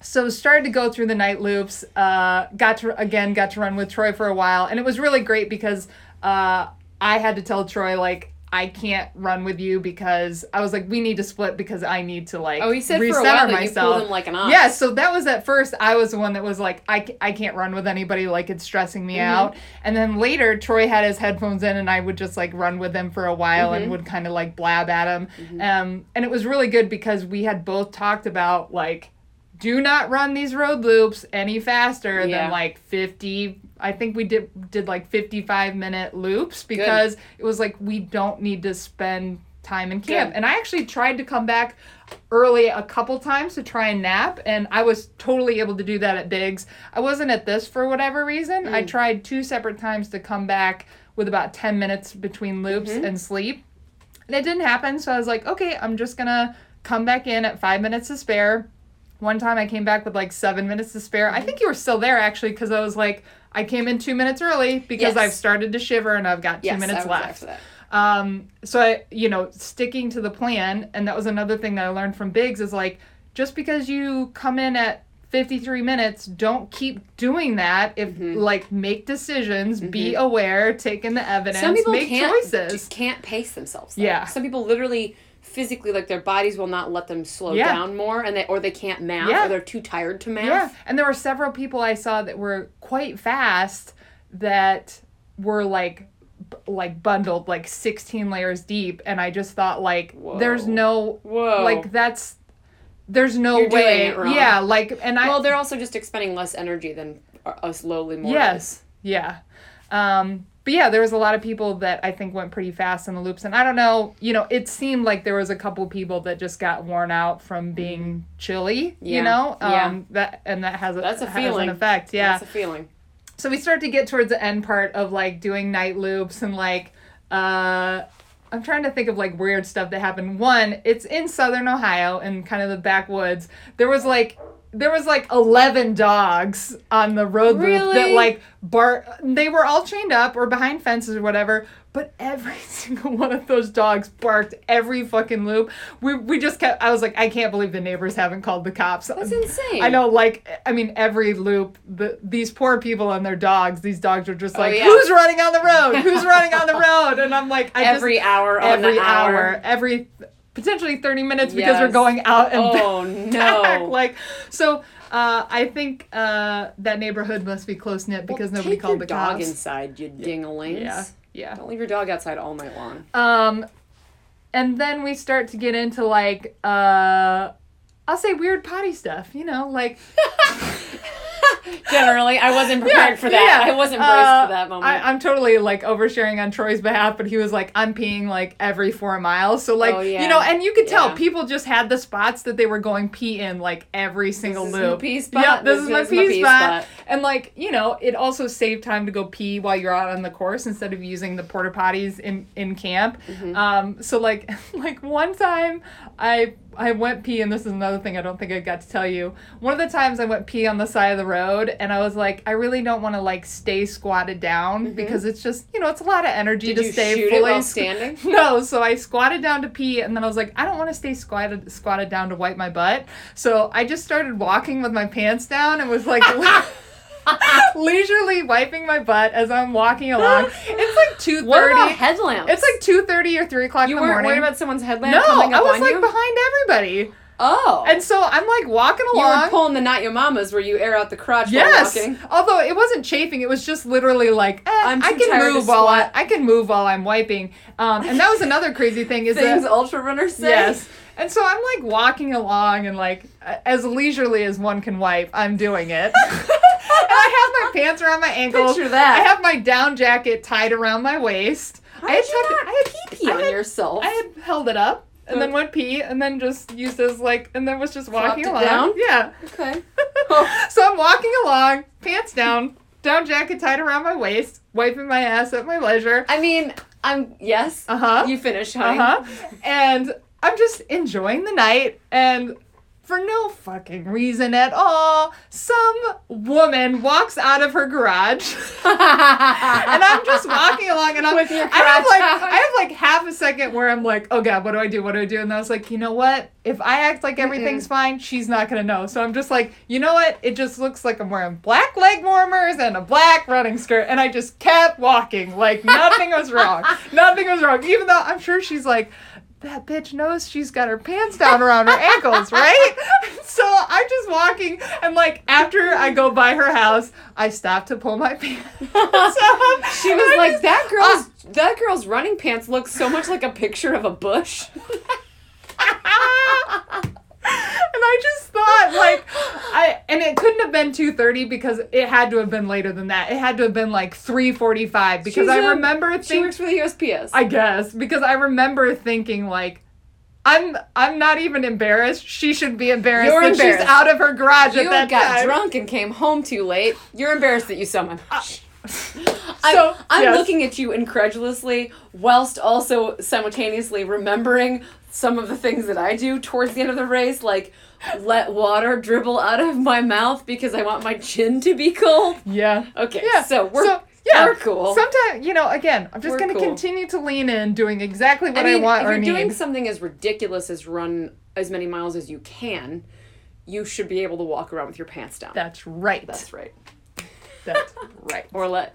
so started to go through the night loops. Uh, got to again got to run with Troy for a while, and it was really great because uh, I had to tell Troy like I can't run with you because I was like we need to split because I need to like
Oh, he said for a
recenter
while that you
myself.
pulled him like an ox.
Yeah, so that was at first I was the one that was like I, ca- I can't run with anybody like it's stressing me out, and then later Troy had his headphones in and I would just like run with him for a while and would kind of like blab at him, um, and it was really good because we had both talked about like do not run these road loops any faster
Yeah.
than like 50 i think we did did like 55 minute loops because it was like we don't need to spend time in camp
Good.
and i actually tried to come back early a couple times to try and nap and i was totally able to do that at biggs i wasn't at this for whatever reason i
Mm.
tried two separate times to come back with about 10 minutes between loops
Mm-hmm.
and sleep and it didn't happen. So I was like, okay, I'm just gonna come back in at five minutes to spare. One time I came back with like seven minutes to spare.
Mm-hmm.
I think you were still there actually, because I was like, I came in two minutes early because
Yes.
I've started to shiver and I've got two
Yes, I
minutes
was
left.
after that.
Um, so I, you know, sticking to the plan, and that was another thing that I learned from Biggs is like, just because you come in at 53 minutes, don't keep doing that. If
Mm-hmm.
like make decisions, be aware, take in the evidence,
Some people
make
can't,
choices.
can't pace themselves. though.
Yeah.
Some people literally physically like their bodies will not let them slow
Yeah.
down more and they or they can't math
Yeah.
or they're too tired to math.
Yeah, and there were several people I saw that were quite fast that were like b- like bundled like 16 layers deep and I just thought like there's
Whoa.
no
Whoa.
like that's there's no
You're doing
way
it wrong.
yeah like and I
Well, they're also just expending less energy than our- us lowly mortals.
Yes. Yeah. Um, but yeah, there was a lot of people that I think went pretty fast in the loops, and I don't know. You know, it seemed like there was a couple people that just got worn out from being chilly.
Mm-hmm. Yeah.
You know, um,
Yeah.
that and that has a,
That's a
has
feeling.
an effect. Yeah.
That's a feeling.
so we start to get towards the end part of like doing night loops and like uh I'm trying to think of like weird stuff that happened. One, it's in southern Ohio in kind of the backwoods. There was like there was like 11 dogs on the road loop that
Really?
like bar they were all chained up or behind fences or whatever but every [LAUGHS] single one of those dogs barked every fucking loop we, we just kept i was like i can't believe the neighbors haven't called the cops
That's insane.
i know like i mean every loop the, these poor people and their dogs these dogs are just like
Oh, yeah.
who's running on the road who's
[LAUGHS]
running on the road and i'm like i
every
just
hour on
every
the hour.
hour every potentially 30 minutes because we're
Yes.
going out and back
Oh
[LAUGHS] back.
no.
Like, so uh, I think uh, that neighborhood must be close knit because
Well,
nobody
take
called
your
the
dog
cops.
inside, you dingalings.
yeah, yeah.
Don't leave your dog outside all night long.
Um, and then we start to get into like, uh, I'll say weird potty stuff. You
[LAUGHS]
know, like
Generally, I wasn't prepared for that.
yeah.
I wasn't braced
Uh,
for that moment.
I, I'm totally like oversharing on Troy's behalf, but he was like, I'm peeing like every four miles. So like,
Oh,
you
yeah.
know, and you could tell
Yeah.
people just had the spots that they were going pee in like every single
is my
loop.
pee spot.
Yeah, this, is my pee, spot.
spot.
And like, you know, it also saved time to go pee while you're out on the course instead of using the porta potties in in camp.
Mm-hmm.
Um, so like, [LAUGHS] like one time I. I went pee, and this is another thing I don't think I got to tell you. One of the times I went pee on the side of the road, and I was like, I really don't want to like stay squatted down because it's just, you know, it's a lot of energy
Mm-hmm. Did
to
you
stay
shoot
fully
it while
squ- [LAUGHS]
standing?
no, so I squatted down to pee, and then I was like, I don't want to stay squatted squatted down to wipe my butt. So I just started walking with my pants down and was like. [LAUGHS] leisurely wiping my butt as I'm walking along. It's like two
What about
thirty.
headlamps?
It's like two thirty or three o'clock
you
in the
weren't
morning.
worried about someone's headlamp
no,
coming up
I was
on
like
you.
behind everybody,
oh,
and so I'm like walking
you
along.
were pulling the not your mamas where you air out the crotch
Yes.
while walking.
Although it wasn't chafing, it was just literally like eh,
I'm
I
too
can
tired to
move while I,
squat.
I can move while I'm wiping. Um, and that was another crazy thing is
Things
that
ultra runners say.
yes. And so I'm like walking along and like a- as leisurely as one can wipe, I'm
[LAUGHS]
doing it. and I have my pants around my ankles.
Picture that.
I have my down jacket tied around my waist. I
Why
had
did you
tucked-
not
I had
pee pee
I
on
had-
yourself.
I had held it up and then
Mm.
went pee and then just used as like and then was just
Flopped
walking
it
along.
down?
Yeah.
okay.
so I'm walking along, pants down, down jacket tied around my waist, wiping my ass at my leisure.
I mean, I'm yes.
Uh huh.
You finish,
Uh
honey. [LAUGHS]
huh. And I'm just enjoying the night and. For no fucking reason at all, some woman walks out of her garage, [LAUGHS] and I'm just walking along, and I'm
With your
I have
crotch
like
out.
I have like half a second where I'm like, oh god, what do I do? What do I do? And I was like, you know what? If I act like everything's fine, she's not gonna know. So I'm just like, you know what? It just looks like I'm wearing black leg warmers and a black running skirt, and I just kept walking like nothing
[LAUGHS]
was wrong. Nothing was wrong, even though I'm sure she's like. That bitch knows she's got her pants down around her
[LAUGHS]
ankles, right? So I'm just walking, and like after I go by her house, I stop to pull my pants up.
She
um, and
was
I
like,
just- Ah.
that girl's that girl's running pants look so much like a picture of a
[LAUGHS]
bush.
[LAUGHS] and I just thought like I and it couldn't have been 2:30 because it had to have been later than that. It had to have been like 3:45 because
She's
I
a-
remember
she
thinking
works for the USPS.
I guess because I remember thinking like I'm I'm not even embarrassed. She should be embarrassed
You're
that she's
embarrassed.
out of her garage
you
at that
got
time. Uh,
drunk and came home too late. You're embarrassed that you saw my bush.
so,
I'm, I'm
yes.
looking at you incredulously, whilst also simultaneously remembering some of the things that I do towards the end of the race, like let water dribble out of my mouth because I want my chin to be cold.
Yeah.
Okay,
Yeah.
so we're
yeah.
we're cool.
Sometimes, you know, again, I'm just
We're
going to
cool.
continue to lean in, doing exactly what
I
I,
mean,
want
if
or
you're
need.
doing something as ridiculous as run as many miles as you can, you should be able to walk around with your pants down.
That's right.
That's right. [LAUGHS]
That's right.
Or let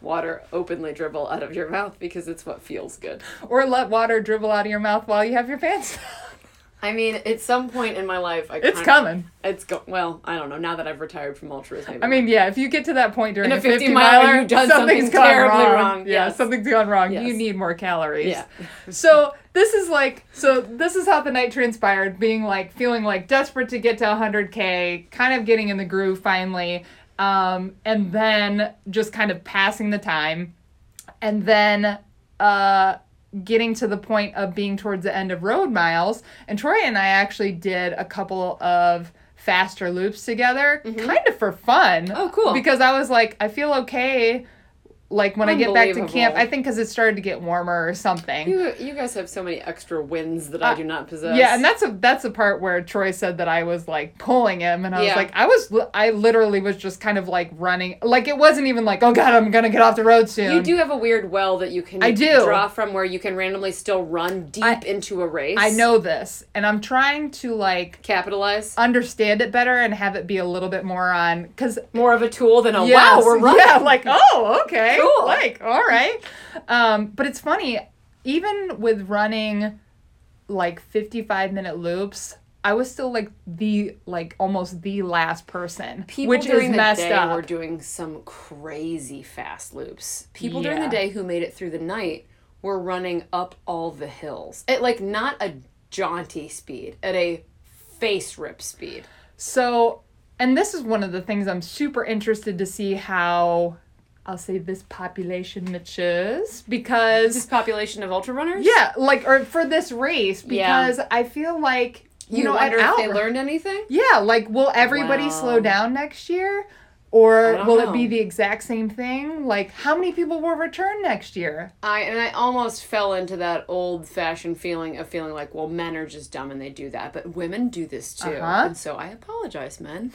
water openly dribble out of your mouth because it's what feels good.
Or let water dribble out of your mouth while you have your pants.
I mean, at some point in my life, I
[LAUGHS] It's
kinda-
coming.
It's go- well, I don't know. Now that I've retired from ultras, maybe
I mean, yeah, if you get to that point during
In
a
a
50,
50
miler,
miler, you've done
something's
something
gone
terribly
wrong.
wrong.
Yeah,
Yes.
something's gone wrong.
Yes.
You need more calories.
Yeah.
so this is like, so this is how the night transpired, being like, feeling like desperate to get to 100K, kind of getting in the groove finally, um, and then just kind of passing the time, and then, uh, getting to the point of being towards the end of road miles. And Troy and I actually did a couple of faster loops together, kind of for fun.
Mm-hmm. Oh, cool.
Because I was like, I feel okay Like when I get back to camp,
Unbelievable.
I think because it started to get warmer or something.
You, you guys have so many extra wins that I do not possess.
Yeah, and that's a that's the part where Troy said that I was like pulling him, and I
Yeah.
was like, I was li- I literally was just kind of like running, like it wasn't even like, oh god, I'm gonna get off the road soon.
you do have a weird well that you can
I do.
draw from where you can randomly still run deep
I-
into a race.
I know this, and I'm trying to like
Capitalize.
understand it better and have it be a little bit more on because
More of a tool than a
Yes,
wow, we're running.
Yeah, like, oh, okay.
Cool.
Like, all right. Um, but it's funny, even with running like 55 minute loops, I was still like the like almost the last person,
People
which
during
is
the
messed
day
up.
were doing some crazy fast loops. People during the
Yeah.
day who made it through the night were running up all the hills at like not a jaunty speed, at a face rip speed.
So, and this is one of the things I'm super interested to see how I'll say this population matures because
Population of ultra runners.
yeah, like or for this race
Yeah.
because I feel like you,
you,
know
wonder
at
if they
Outrun-
learned anything.
Yeah, like will everybody
Wow.
slow down next year?
I
Or
don't
will
know.
it be the exact same thing? Like how many people will return next year?
I and I almost fell into that old fashioned feeling of feeling like, well, men are just dumb and they do that, but women do this too.
Uh-huh.
And so I apologize, men.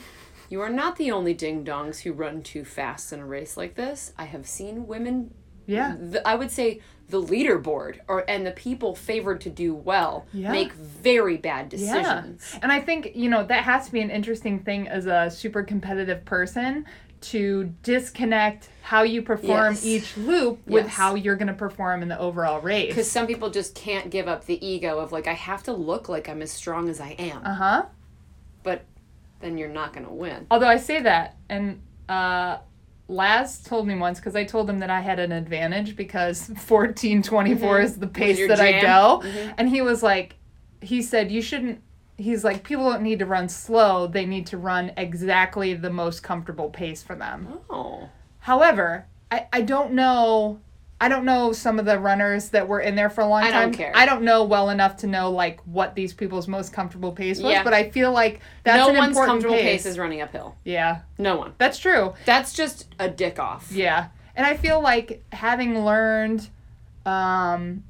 You are not the only ding dongs who run too fast in a race like this. I have seen women.
Yeah.
The, I would say the leaderboard or and the people favored to do well
Yeah.
make very bad
Yeah.
decisions.
And I think, you know, that has to be an interesting thing as a super competitive person to disconnect how you perform
Yes.
each loop with
Yes.
how you're going to perform in the overall
Because
race.
some people just can't give up the ego of like I have to look like I'm as strong as I am,
Uh-huh.
but then you're not gonna win.
Although I say that, and uh, Laz told me once because I told him that I had an advantage because [LAUGHS] fourteen twenty four is the pace
Mm-hmm. your
that I
jam. Mm-hmm.
go, and he was like, he said you shouldn't. He's like, people don't need to run slow; they need to run exactly the most comfortable pace for them.
Oh.
However, I I don't know. I don't know some of the runners that were in there for a long
I don't
time.
care.
I don't know well enough to know like what these people's most comfortable pace was,
Yeah.
but I feel like that's
no
an
one's
important
comfortable pace.
pace.
is running uphill.
yeah,
No one.
that's true.
That's just a dick off.
Yeah. And I feel like having learned um,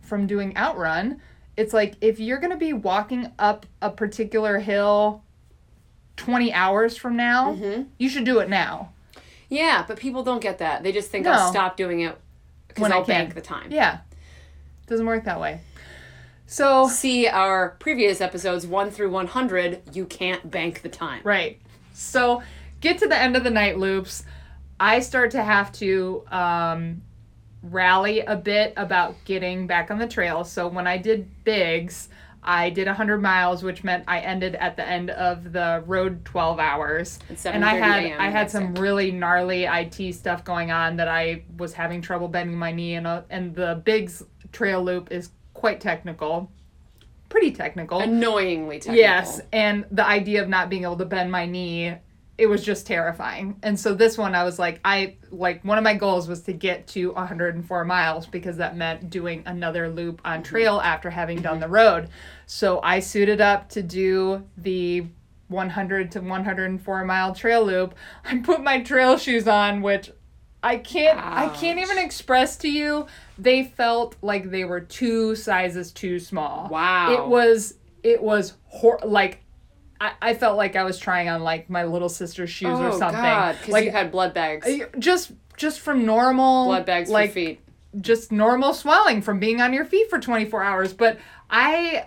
from doing Outrun, it's like if you're going to be walking up a particular hill 20 hours from now, you should do it now.
Yeah, but people don't get that. They just think
No.
I'll stop doing it because
When I
I'll
can.
bank the time.
Yeah. Doesn't work that way. So,
See our previous episodes one through one hundred. You can't bank the time.
right. So, get to the end of the night loops. I start to have to um, rally a bit about getting back on the trail. So when I did Biggs, I did 100 miles, which meant I ended at the end of the road 12 hours.
At
And I
7:30
had
a.m.
I had
next
some really gnarly IT stuff going on that I was having trouble bending my knee and uh, and the Biggs trail loop is quite technical. Pretty technical.
Annoyingly technical.
Yes, and the idea of not being able to bend my knee, it was just terrifying. And so this one, I was like, I like one of my goals was to get to 104 miles because that meant doing another loop on trail after having done the road. So I suited up to do the 100 to 104 mile trail loop. [LAUGHS] I put my trail shoes on, which I can't I can't even express to you they felt like they were two sizes too small.
Wow.
It was it was hor- like I, I felt like I was trying on like my little sister's shoes
Oh
or something.
God, because
like
you had blood bags.
just just from normal
blood bags
like
for feet.
just normal swelling from being on your feet for 24 hours, but I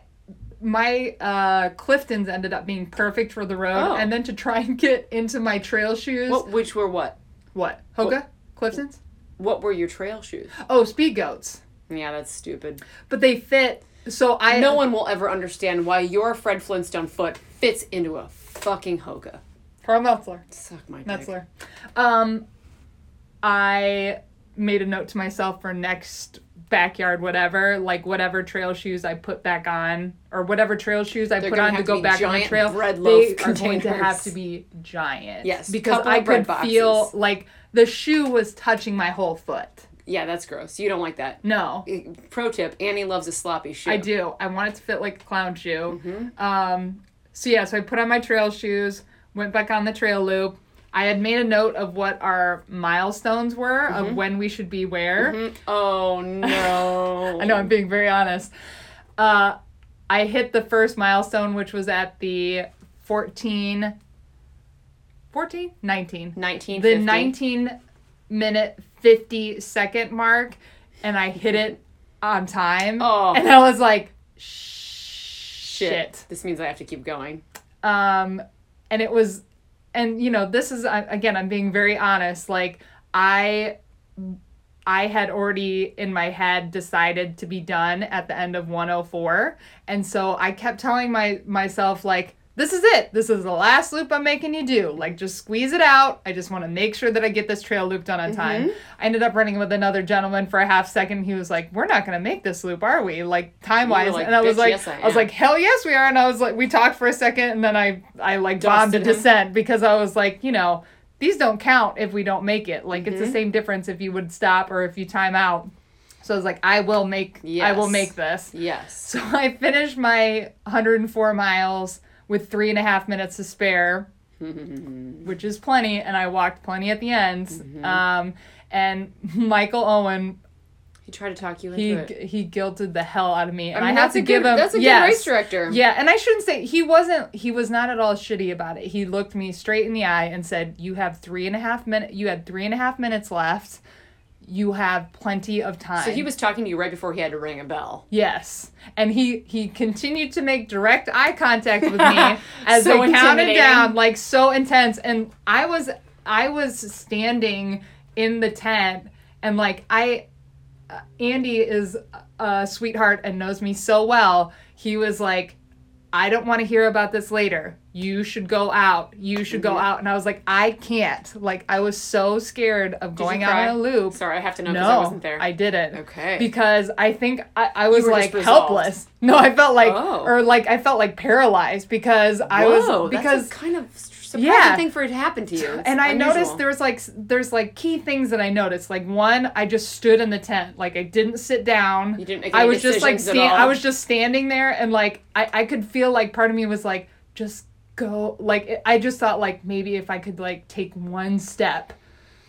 my uh Cliftons ended up being perfect for the road
Oh.
and then to try and get into my trail shoes.
What? Which were what?
what? Hoka? Cliftons?
What were your trail shoes?
Oh, speed goats.
Yeah, that's stupid.
But they fit. So I
No one will ever understand why your Fred Flintstone foot fits into a fucking hoka.
Carl Metzler.
Suck my dick.
Metzler. Um, I made a note to myself for next backyard whatever, like whatever trail shoes I put back on or whatever trail shoes I put
gonna
on to
have to
go
be
back on the
giant
trail.
bread
they
loaf [LAUGHS]
are going to
containers.
have to be giant.
Yes,
because
couple
I
of bread
could feel
boxes.
like the shoe was touching my whole foot.
Yeah, that's gross. You don't like that.
No.
Pro tip: Annie loves a sloppy shoe.
I do. I want it to fit like a clown shoe. Um, so yeah, so I put on my trail shoes, went back on the trail loop. I had made a note of what our milestones were of when we should be where.
Oh no.
[LAUGHS] I know I'm being very honest. Uh, I hit the first milestone, which was at the 14, 14? 19.
19.
The 19 minute 50 second mark, and I hit it on time.
Oh.
And I was like,
shit.
shit.
This means I have to keep going.
um and it was and you know this is I- again i'm being very honest like i i had already in my head decided to be done at the end of 104 and so i kept telling my myself like this is it this is the last loop i'm making you do like just squeeze it out i just want to make sure that i get this trail loop done on
Mm-hmm.
time i ended up running with another gentleman for a half second he was like we're not going to make this loop are we like time wise
like,
and i was
"Bitch,
like
yes, I
was
am."
like hell yes we are and i was like we talked for a second and then i i like bombed a
Dusted him.
descent because i was like you know these don't count if we don't make it like
Mm-hmm.
it's the same difference if you would stop or if you time out so i was like i will make i will
Yes.
make this [LAUGHS]
Yes.
so i finished my 104 miles with three and a half minutes
[LAUGHS]
to spare which is plenty and i walked plenty at the ends
Mm-hmm.
um, and [LAUGHS] michael owen
He tried to talk you into
he
it.
he guilted the hell out of me and i,
mean,
have
that's
to
a
give
good-
him
that's a good
yes.
race director.
yeah and i shouldn't say he wasn't he was not at all shitty about it he looked me straight in the eye and said you have three and a half minute you had three and a half minutes left you have plenty of time
So he was talking to you right before he had to ring a bell.
Yes, and he he continued to make direct eye contact
[LAUGHS]
with me as
So
I counted
intimidating.
down, like so intense. And I was I was standing in the tent, and like I, uh, Andy is a sweetheart and knows me so well. He was like, I don't want to hear about this later. You should go out. You should
Mm-hmm.
go out. And I was like, I can't. Like I was so scared of going out
cry?
on a loop.
Sorry, I have to know because
No,
I wasn't there.
I didn't.
Okay.
Because I think I, I was
were
like
just resolved.
helpless. [LAUGHS] No, I felt like
Oh.
or like I felt like paralyzed because I
Whoa,
was
that's
because
a kind of surprising
Yeah.
thing for it to happen to you. It's
[LAUGHS] and I
unusual.
noticed there's like s- there's like key things that I noticed. Like one, I just stood in the tent. Like I didn't sit down.
You didn't make
I
any
was just like
decisions at
stand
all.
I was just standing there and like I I could feel like part of me was like just go like it- I just thought like maybe if I could like take one step.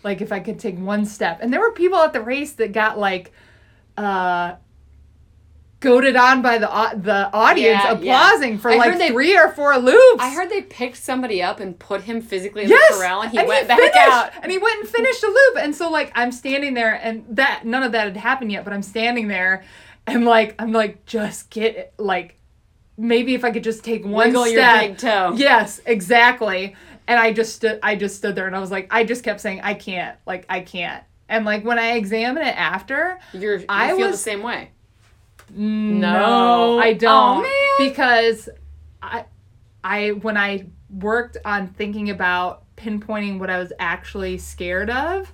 Like if I could take one step. And there were people at the race that got like uh goaded on by the au- the audience
Yeah, yeah.
applauding for
I
like
heard they-
three or four loops.
I heard they picked somebody up and put him physically in
Yes,
the corral, and he went back
finished,
out.
and he went and finished the loop. And so like I'm standing there, and that none of that had happened yet, but I'm standing there, and like I'm like just get it, like maybe if I could just take one
Wiggle your
step.
big toe.
Yes, exactly. And I just stood, I just stood there, and I was like, I just kept saying, I can't, like I can't. And like when I examine it after,
You're, you
I
feel the
was-
same way.
no, I don't.
Oh, man.
Because I I when I worked on thinking about pinpointing what I was actually scared of,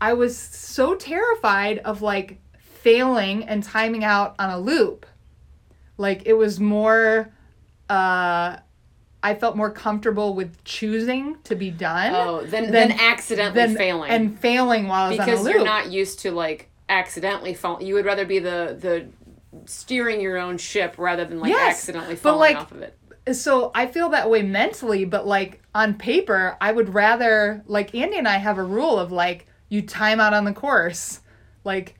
I was so terrified of like failing and timing out on a loop. Like it was more uh I felt more comfortable with choosing to be done
Oh, then
Then-
then, accidentally
than
failing
and failing while I was
because
on a loop.
you're not used to like accidentally falling. You would rather be the the steering your own ship rather than like
Yes,
accidentally
but,
falling
like,
off of it.
so I feel that way mentally, but like on paper, I would rather like Andy and I have a rule of like you time out on the course, like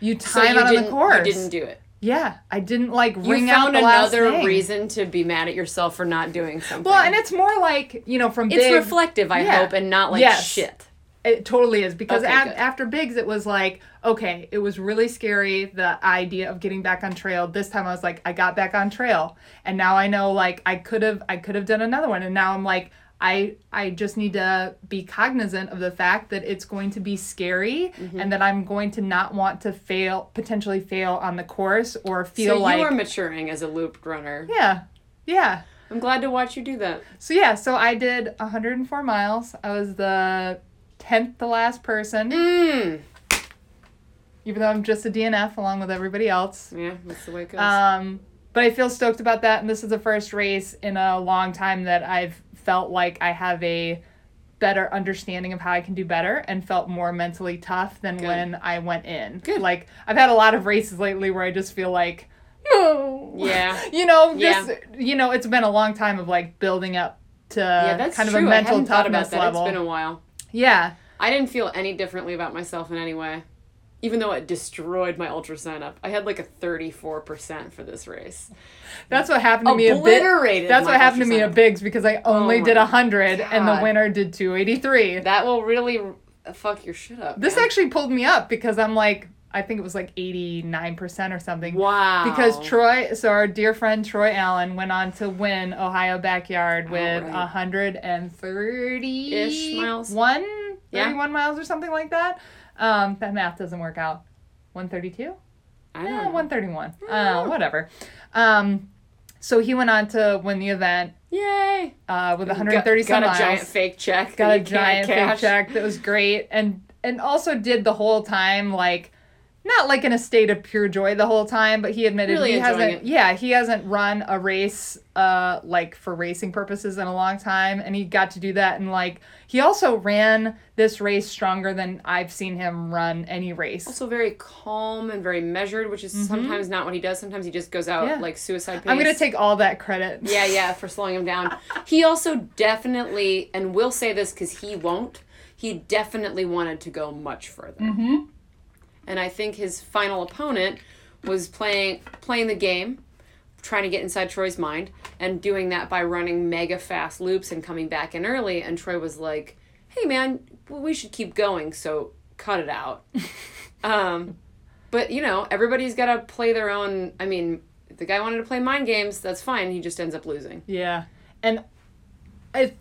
you
So
time
you
out on
didn't,
the course.
You didn't do it.
yeah, I didn't like
You
ring out
found
the
another
last thing.
reason to be mad at yourself for not doing something.
Well, and it's more like you know from
it's
big,
reflective, I
yeah.
hope, and not like
Yes.
shit.
It totally is because
Okay,
af-
good.
after Biggs, it was like, okay, it was really scary. The idea of getting back on trail. This time, I was like, I got back on trail, and now I know like I could have, I could have done another one, and now I'm like, I, I just need to be cognizant of the fact that it's going to be scary,
Mm-hmm.
and that I'm going to not want to fail, potentially fail on the course, or feel
So
like,
you are maturing as a looped runner.
yeah, yeah.
I'm glad to watch you do that.
So yeah, so I did 104 miles. I was the tenth to last person. Hmm.
Mm.
even though I'm just a DNF along with everybody else.
Yeah, that's the way it goes.
Um, but I feel stoked about that, and this is the first race in a long time that I've felt like I have a better understanding of how I can do better and felt more mentally tough than when I went in.
Good.
Like I've had a lot of races lately where I just feel like, no.
Yeah.
[LAUGHS] you know,
Yeah.
just you know, it's been a long time of like building up to
yeah, that's
uh, kind of
true.
a
I
mental
hadn't thought about
toughness
that.
level.
It's been a while.
yeah.
I didn't feel any differently about myself in any way, even though it destroyed my ultra sign up. I had like a thirty four percent for this race.
That's what happened to me a bit.
Obliterated
That's what
my
happened to me at
ultrasound. Oh
Biggs because I only
my
did did 100 and the
God.
winner did 283.
That will really r- fuck your shit up.
this
man.
actually pulled me up because I'm like, I think it was like 89% or something.
wow
Because Troy, so our dear friend Troy Allen went on to win Ohio Backyard with
Alright.
130
Oh, Ish miles.
One,
Yeah.
31 miles or something like that. Um, that math doesn't work out. 132?
I
Eh,
don't know.
131.
Yeah.
Uh, whatever. Um, so he went on to win the event
Yay!
uh, with
Got,
130 some
got a
miles.
giant fake check.
got
that
a
you can't
giant fake
cash.
check that was great, and and also did the whole time like. Not like in a state of pure joy the whole time, but he admitted
Really
he
enjoying
hasn't.
it.
Yeah, he hasn't run a race, uh, like for racing purposes in a long time, and he got to do that. And like, he also ran this race stronger than I've seen him run any race.
Also very calm and very measured, which is sometimes not what he does. Sometimes he just goes out
Mm-hmm. Yeah.
like suicide pace.
I'm gonna take all that
[LAUGHS]
credit.
Yeah, yeah, for slowing him down. He also definitely, and we'll say this because he won't, he definitely wanted to go much further. Mm-hmm. And I think his final opponent was playing playing the game, trying to get inside Troy's mind, and doing that by running mega fast loops and coming back in early. And Troy was like, "Hey, man, we should keep going, so cut it out." um, but you know, everybody's got to play their own. I mean, if the guy wanted to play mind games. That's fine. He just ends up losing.
Yeah. And it's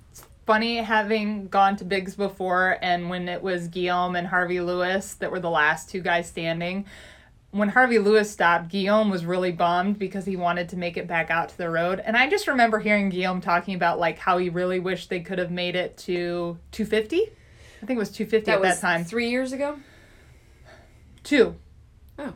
funny having gone to Biggs before and when it was Guillaume and Harvey Lewis that were the last two guys standing. When Harvey Lewis stopped, Guillaume was really bummed because he wanted to make it back out to the road. And I just remember hearing Guillaume talking about like how he really wished they could have made it to 250. I think it was 250
That
at
was
that time.
three years ago.
Two.
Oh.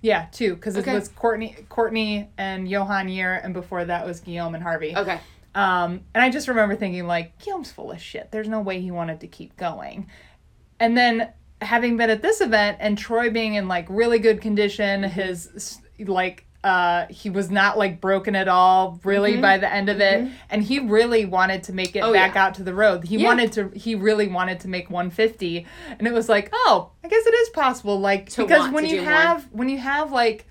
Yeah, two because
Okay.
it was Courtney, Courtney and Johan Year, and before that was Guillaume and Harvey.
Okay.
Um, and I just remember thinking, like, Guillaume's full of shit. There's no way he wanted to keep going. And then having been at this event and Troy being in like really good condition,
Mm-hmm.
his like, uh, he was not like broken at all really by the end of it. And he really wanted to make it
Mm-hmm. Oh,
back
yeah.
out to the road. He
Yeah.
wanted to, he really wanted to make 150. And it was like, oh, I guess it is possible. Like,
To
because
want
when
to
you
do
have, when you have like,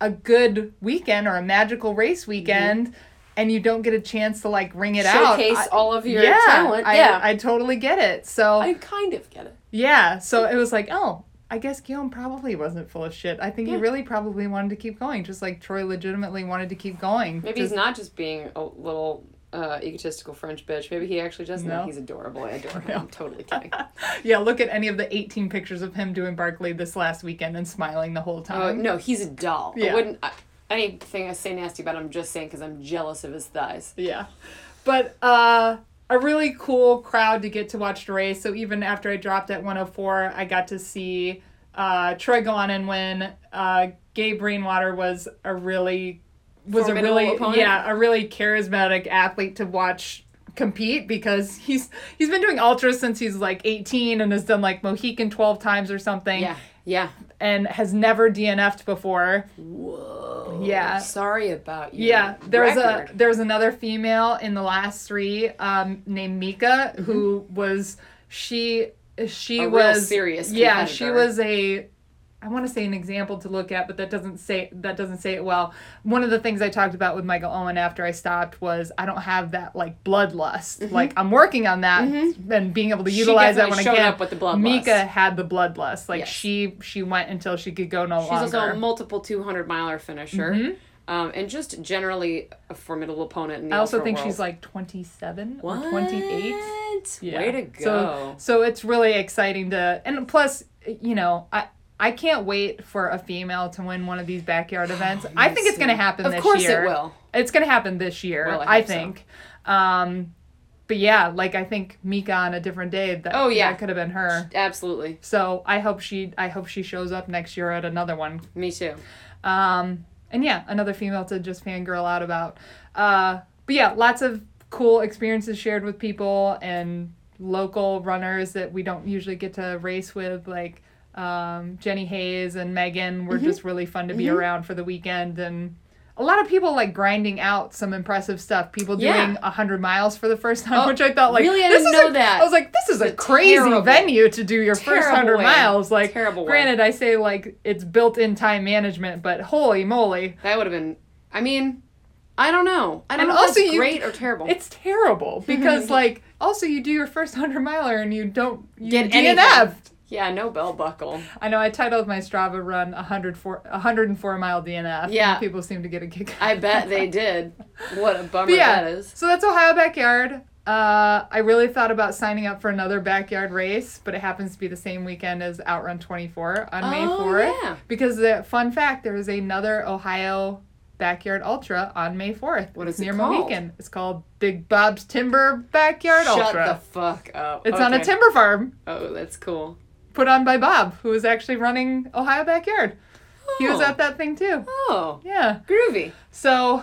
a good weekend or a magical race weekend and you don't get a chance to like ring it
Showcase
out. I-
all of your
yeah,
talent.
I,
yeah.
I totally get it. So
I kind of get it.
yeah, so it was like, oh, I guess Guillaume probably wasn't full of shit. I think he
Yeah.
really probably wanted to keep going, just like Troy legitimately wanted to keep going.
Maybe he's not just being a little uh, egotistical French bitch. Maybe he actually does
No.
know he's adorable. I
[LAUGHS]
adore him. I'm totally kidding.
not. Yeah, look at any of the 18 pictures of him doing Barkley this last weekend and smiling the whole
Uh,
time.
no, he's a doll.
Yeah.
I wouldn't. I, anything I say nasty about him, I'm just saying because I'm jealous of his thighs.
Yeah. But uh a really cool crowd to get to watch the race. So even after I dropped at 104, I got to see uh Troy go on and win. Uh Gabe Rainwater was a really was
Formidable
a really
opponent?
yeah, a really charismatic athlete to watch compete because he's he's been doing ultras since he's like 18 and has done like Mohican 12 times or something
Yeah. Yeah.
and has never DNF'd before.
Whoa.
Yeah.
Sorry about you.
Uh, Yeah, there was a
record.
there was another female in the last three um, named Mika who was she she
Mm-hmm. A real
was
serious
Yeah, she
competitor.
was a I want to say an example to look at, but that doesn't say that doesn't say it well. One of the things I talked about with Michael Owen after I stopped was I don't have that like bloodlust. Like I'm working on that and being able to utilize that when I
Mm-hmm. definitely
can.
showed up with the bloodlust.
Mika had the bloodlust. Like
Yes.
she she went until she could go no
She's
longer. Mm-hmm.
also a multiple 200 miler finisher. Um, and just generally a formidable opponent in the
I also
ultra
think
world.
she's like 27
What?
or 28.
Way to go.
So, so it's really exciting to, and plus, you know, I. I can't wait for a female to win one of these
[GASPS]
backyard events. I think it's going to happen
Of
this
course it
year.
will.
It's going to happen this year,
Well,
I,
I hope so.
think. Um, but yeah, like I think Mika on a different day that
Oh, yeah.
that could have been her.
Absolutely.
So I hope she I hope she shows up next year at another one
Me too.
um, and yeah, another female to just fangirl out about. Uh, but yeah, lots of cool experiences shared with people and local runners that we don't usually get to race with, like
Mm-hmm.
um, Jenny Hayes and Megan were just really fun to be around for the weekend and a lot of people like grinding out some impressive stuff. People doing
Yeah.
a 100 miles for the first time,
Oh,
which I thought like
really? I
this
didn't
is a-
know that.
I was like, this is a
It's a
crazy
terrible-
venue to do your first
terrible
100
way.
miles. Like
Terrible way.
granted, I say like it's built in time management, but holy moly,
That would have been. I mean, I don't know. I don't
And
know if
also
that's
you-
great or terrible.
it's
[LAUGHS]
terrible because like also you do your first 100 miler and you don't you
Get anything.
DNF'd.
yeah, no bell buckle.
I know I titled my Strava run 104 104 mile DNF. and
Yeah.
people seem to get a kick.
I bet
[LAUGHS]
they did. What a bummer
But yeah,
that is.
so that's Ohio Backyard. Uh, I really thought about signing up for another backyard race, but it happens to be the same weekend as Outrun 24 on May
Oh,
4th.
yeah.
Because the fun fact, there is another Ohio Backyard Ultra on May 4th.
What
it's
is it
near
called?
Mohican. It's called Big Bob's Timber Backyard
Shut
Ultra.
the fuck up.
it's on a
Okay.
timber farm
Oh, that's cool.
put on by Bob, who is actually running Ohio Backyard. He was
Oh.
at that thing too.
Oh,
Yeah.
groovy.
So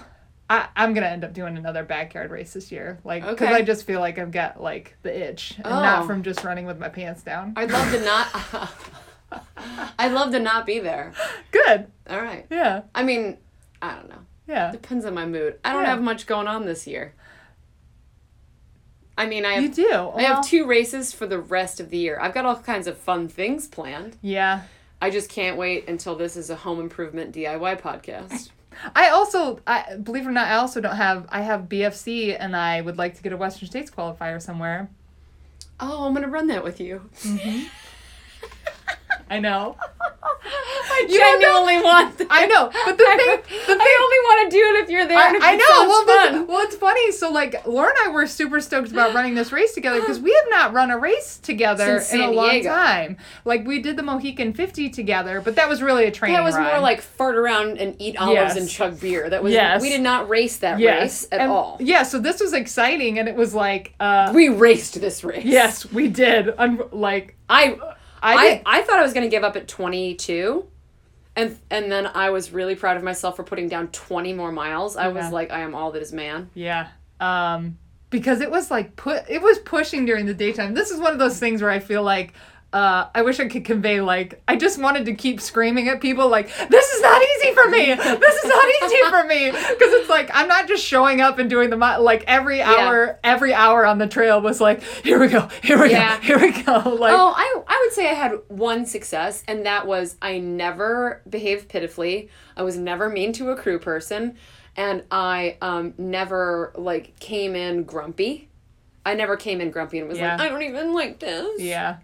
I, I'm gonna end up doing another backyard race this year, like because
Okay.
I just feel like I've got like the itch, and not
Oh.
from just running with my pants down.
I'd love to not. [LAUGHS] I'd love to not be there.
Good,
All right.
yeah,
I mean, I don't know.
yeah.
Depends on my mood. I don't
Yeah.
have much going on this year. I mean, I have
You do.
I have two races for the rest of the year. I've got all kinds of fun things planned.
Yeah,
I just can't wait until this is a home improvement DIY podcast.
I also, I believe it or not, I also don't have. I have BFC, and I would like to get a Western States qualifier somewhere.
Oh, I'm gonna run that with [LAUGHS] you.
I know.
[LAUGHS] I
You don't know-
genuinely want. That.
I know,
[LAUGHS]
but the thing, the thing,
I only want to do it if you're there. and
I,
if
I
it
know. Well,
sounds
this-
fun.
well, it's funny. So, like, Laura and I were super stoked about running this race together because we have not run a race together
Since
in a
San
long
Diego.
time. Like, we did the Mohican 50 together, but that was really a training.
that was
run.
more like fart around and eat olives
Yes.
and chug beer. That was.
Yes.
We did not race that
yes,
race at
And-
all.
Yeah. So this was exciting, and it was like, uh,
We raced this race.
yes, we did. Un- like,
I.
I,
I,
did
I thought I was going to give up at 22. And and then I was really proud of myself for putting down 20 more miles. I was
Yeah.
like, I am all that is man.
yeah. Um, because it was like put, it was pushing during the daytime. This is one of those things where I feel like. Uh, I wish I could convey like I just wanted to keep screaming at people like this is not easy for me. This is not easy
[LAUGHS]
for me because it's like I'm not just showing up and doing the mi- like every hour every hour on the trail was like here we go here we
Yeah.
go here we go [LAUGHS] like
Oh, I I would say I had one success, and that was I never behaved pitifully. I was never mean to a crew person, and I um never like came in grumpy. I never came in grumpy and was
Yeah.
like, I don't even like this.
yeah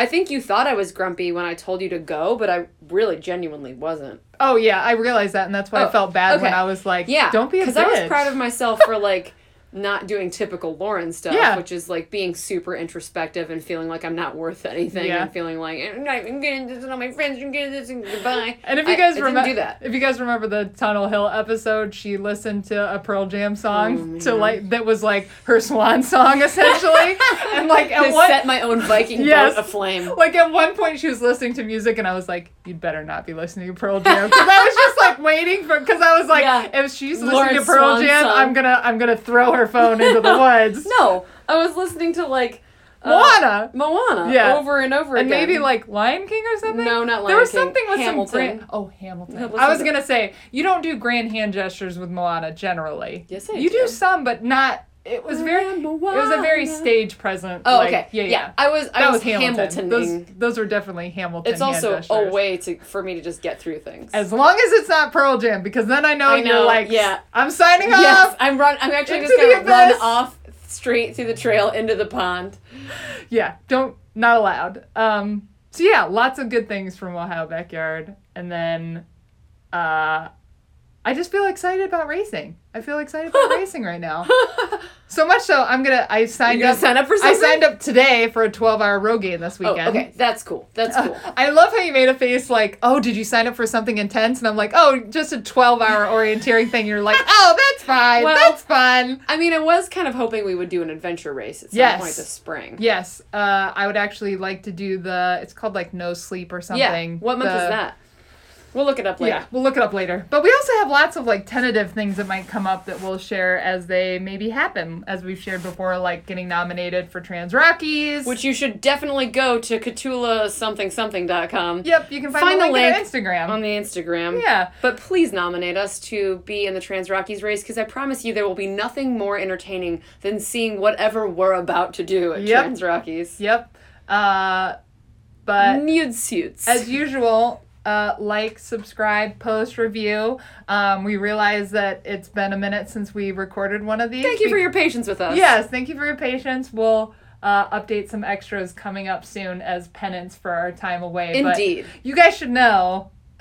I think you thought I was grumpy when I told you to go, but I really genuinely wasn't.
oh yeah I realized that and that's why
Oh,
I felt bad when
okay.
I was like
Yeah.
don't be a bitch
Because I was proud of myself for like not doing typical Lauren stuff,
Yeah.
which is like being super introspective and feeling like I'm not worth anything
Yeah.
and feeling like I'm not even getting this and all my friends are getting this and goodbye.
And if you
I-
guys
I didn't do
remember,
that.
if you guys remember the Tunnel Hill episode, she listened to a Pearl Jam song
Oh,
to like that was like her swan song essentially,
[LAUGHS]
and like
I
at one
set my own Viking
Yes.
boat aflame.
like at one point she was listening to music and I was like, you'd better not be listening to Pearl Jam because I was just like waiting for because I was like,
Yeah.
if she's listening
Lauren
to Pearl
Swan
Jam,
song.
I'm gonna I'm gonna throw her phone
[LAUGHS]
into the woods.
No, I was listening to like uh,
Moana.
Moana
Yeah.
over and over
and
again.
maybe like Lion King or something.
No, not
there
Lion
was
King.
something with some
Hamilton.
grand. Oh, Hamilton.
Hamilton.
I was gonna say you don't do grand hand gestures with Moana generally.
Yes, I
You do
do.
some, but not. It was very. It was a very
Moana.
stage present.
Oh,
like,
okay.
Yeah, yeah.
I was. I
That
was
was Hamilton.
Hamiltoning.
Those, those are definitely Hamilton.
It's
hand
also a
gestures.
way to for me to just get through things.
As long as it's not Pearl Jam, because then I know,
I
you're
know,
like,
yeah.
I'm signing
Yes,
off.
I'm run. I'm actually
Into
just
the
gonna run
abyss.
off straight through the trail into the pond.
Yeah, don't, not allowed. Um, so yeah, lots of good things from Ohio Backyard, and then, uh, I just feel excited about racing. I feel
[LAUGHS]
excited about racing right now. So much so, I'm gonna. I signed
You gonna
up.
sign up for
I
something?
signed up today for a 12-hour row game this
Oh,
weekend.
okay, that's cool. That's
[LAUGHS]
cool.
I love how you made a face like, oh, did you sign up for something intense? And I'm like, oh, just a 12 hour orienteering thing. You're like, oh, that's fine.
Well-
that's fun.
I mean, I was kind of hoping we would do an adventure race at some
Yes.
point this spring.
Yes, uh, I would actually like to do the, it's called like No Sleep or something.
Yeah. What month
The-
is that? We'll look it up later.
Yeah, we'll look it up later. But we also have lots of like tentative things that might come up that we'll share as they maybe happen, as we've shared before, like getting nominated for Trans Rockies.
Which you should definitely go to Catula something something.com
yep, you can find,
Find
the
the
link, on
link
Instagram.
on the Instagram.
yeah,
But please nominate us to be in the Trans Rockies race because I promise you there will be nothing more entertaining than seeing whatever we're about to do at
Yep.
Trans Rockies.
yep. Uh, but
Nude suits.
as usual. Uh, like, subscribe, post, review. Um, we realize that it's been a minute since we recorded one of these.
Thank you
Be-
for your patience with us.
Yes, thank you for your patience. We'll uh, update some extras coming up soon as penance for our time away.
Indeed.
But you guys should know. [LAUGHS]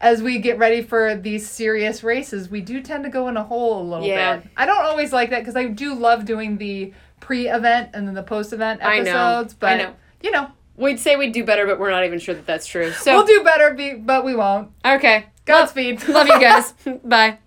As we get ready for these serious races, we do tend to go in a hole a little
Yeah.
bit. I don't always like that because I do love doing the pre-event and then the post-event
I know.
episodes. But
I know.
you know,
We'd say we'd do better, but we're not even sure that that's true. So,
we'll do better, be, but we won't.
okay.
Godspeed. [LAUGHS]
Love you guys. Bye.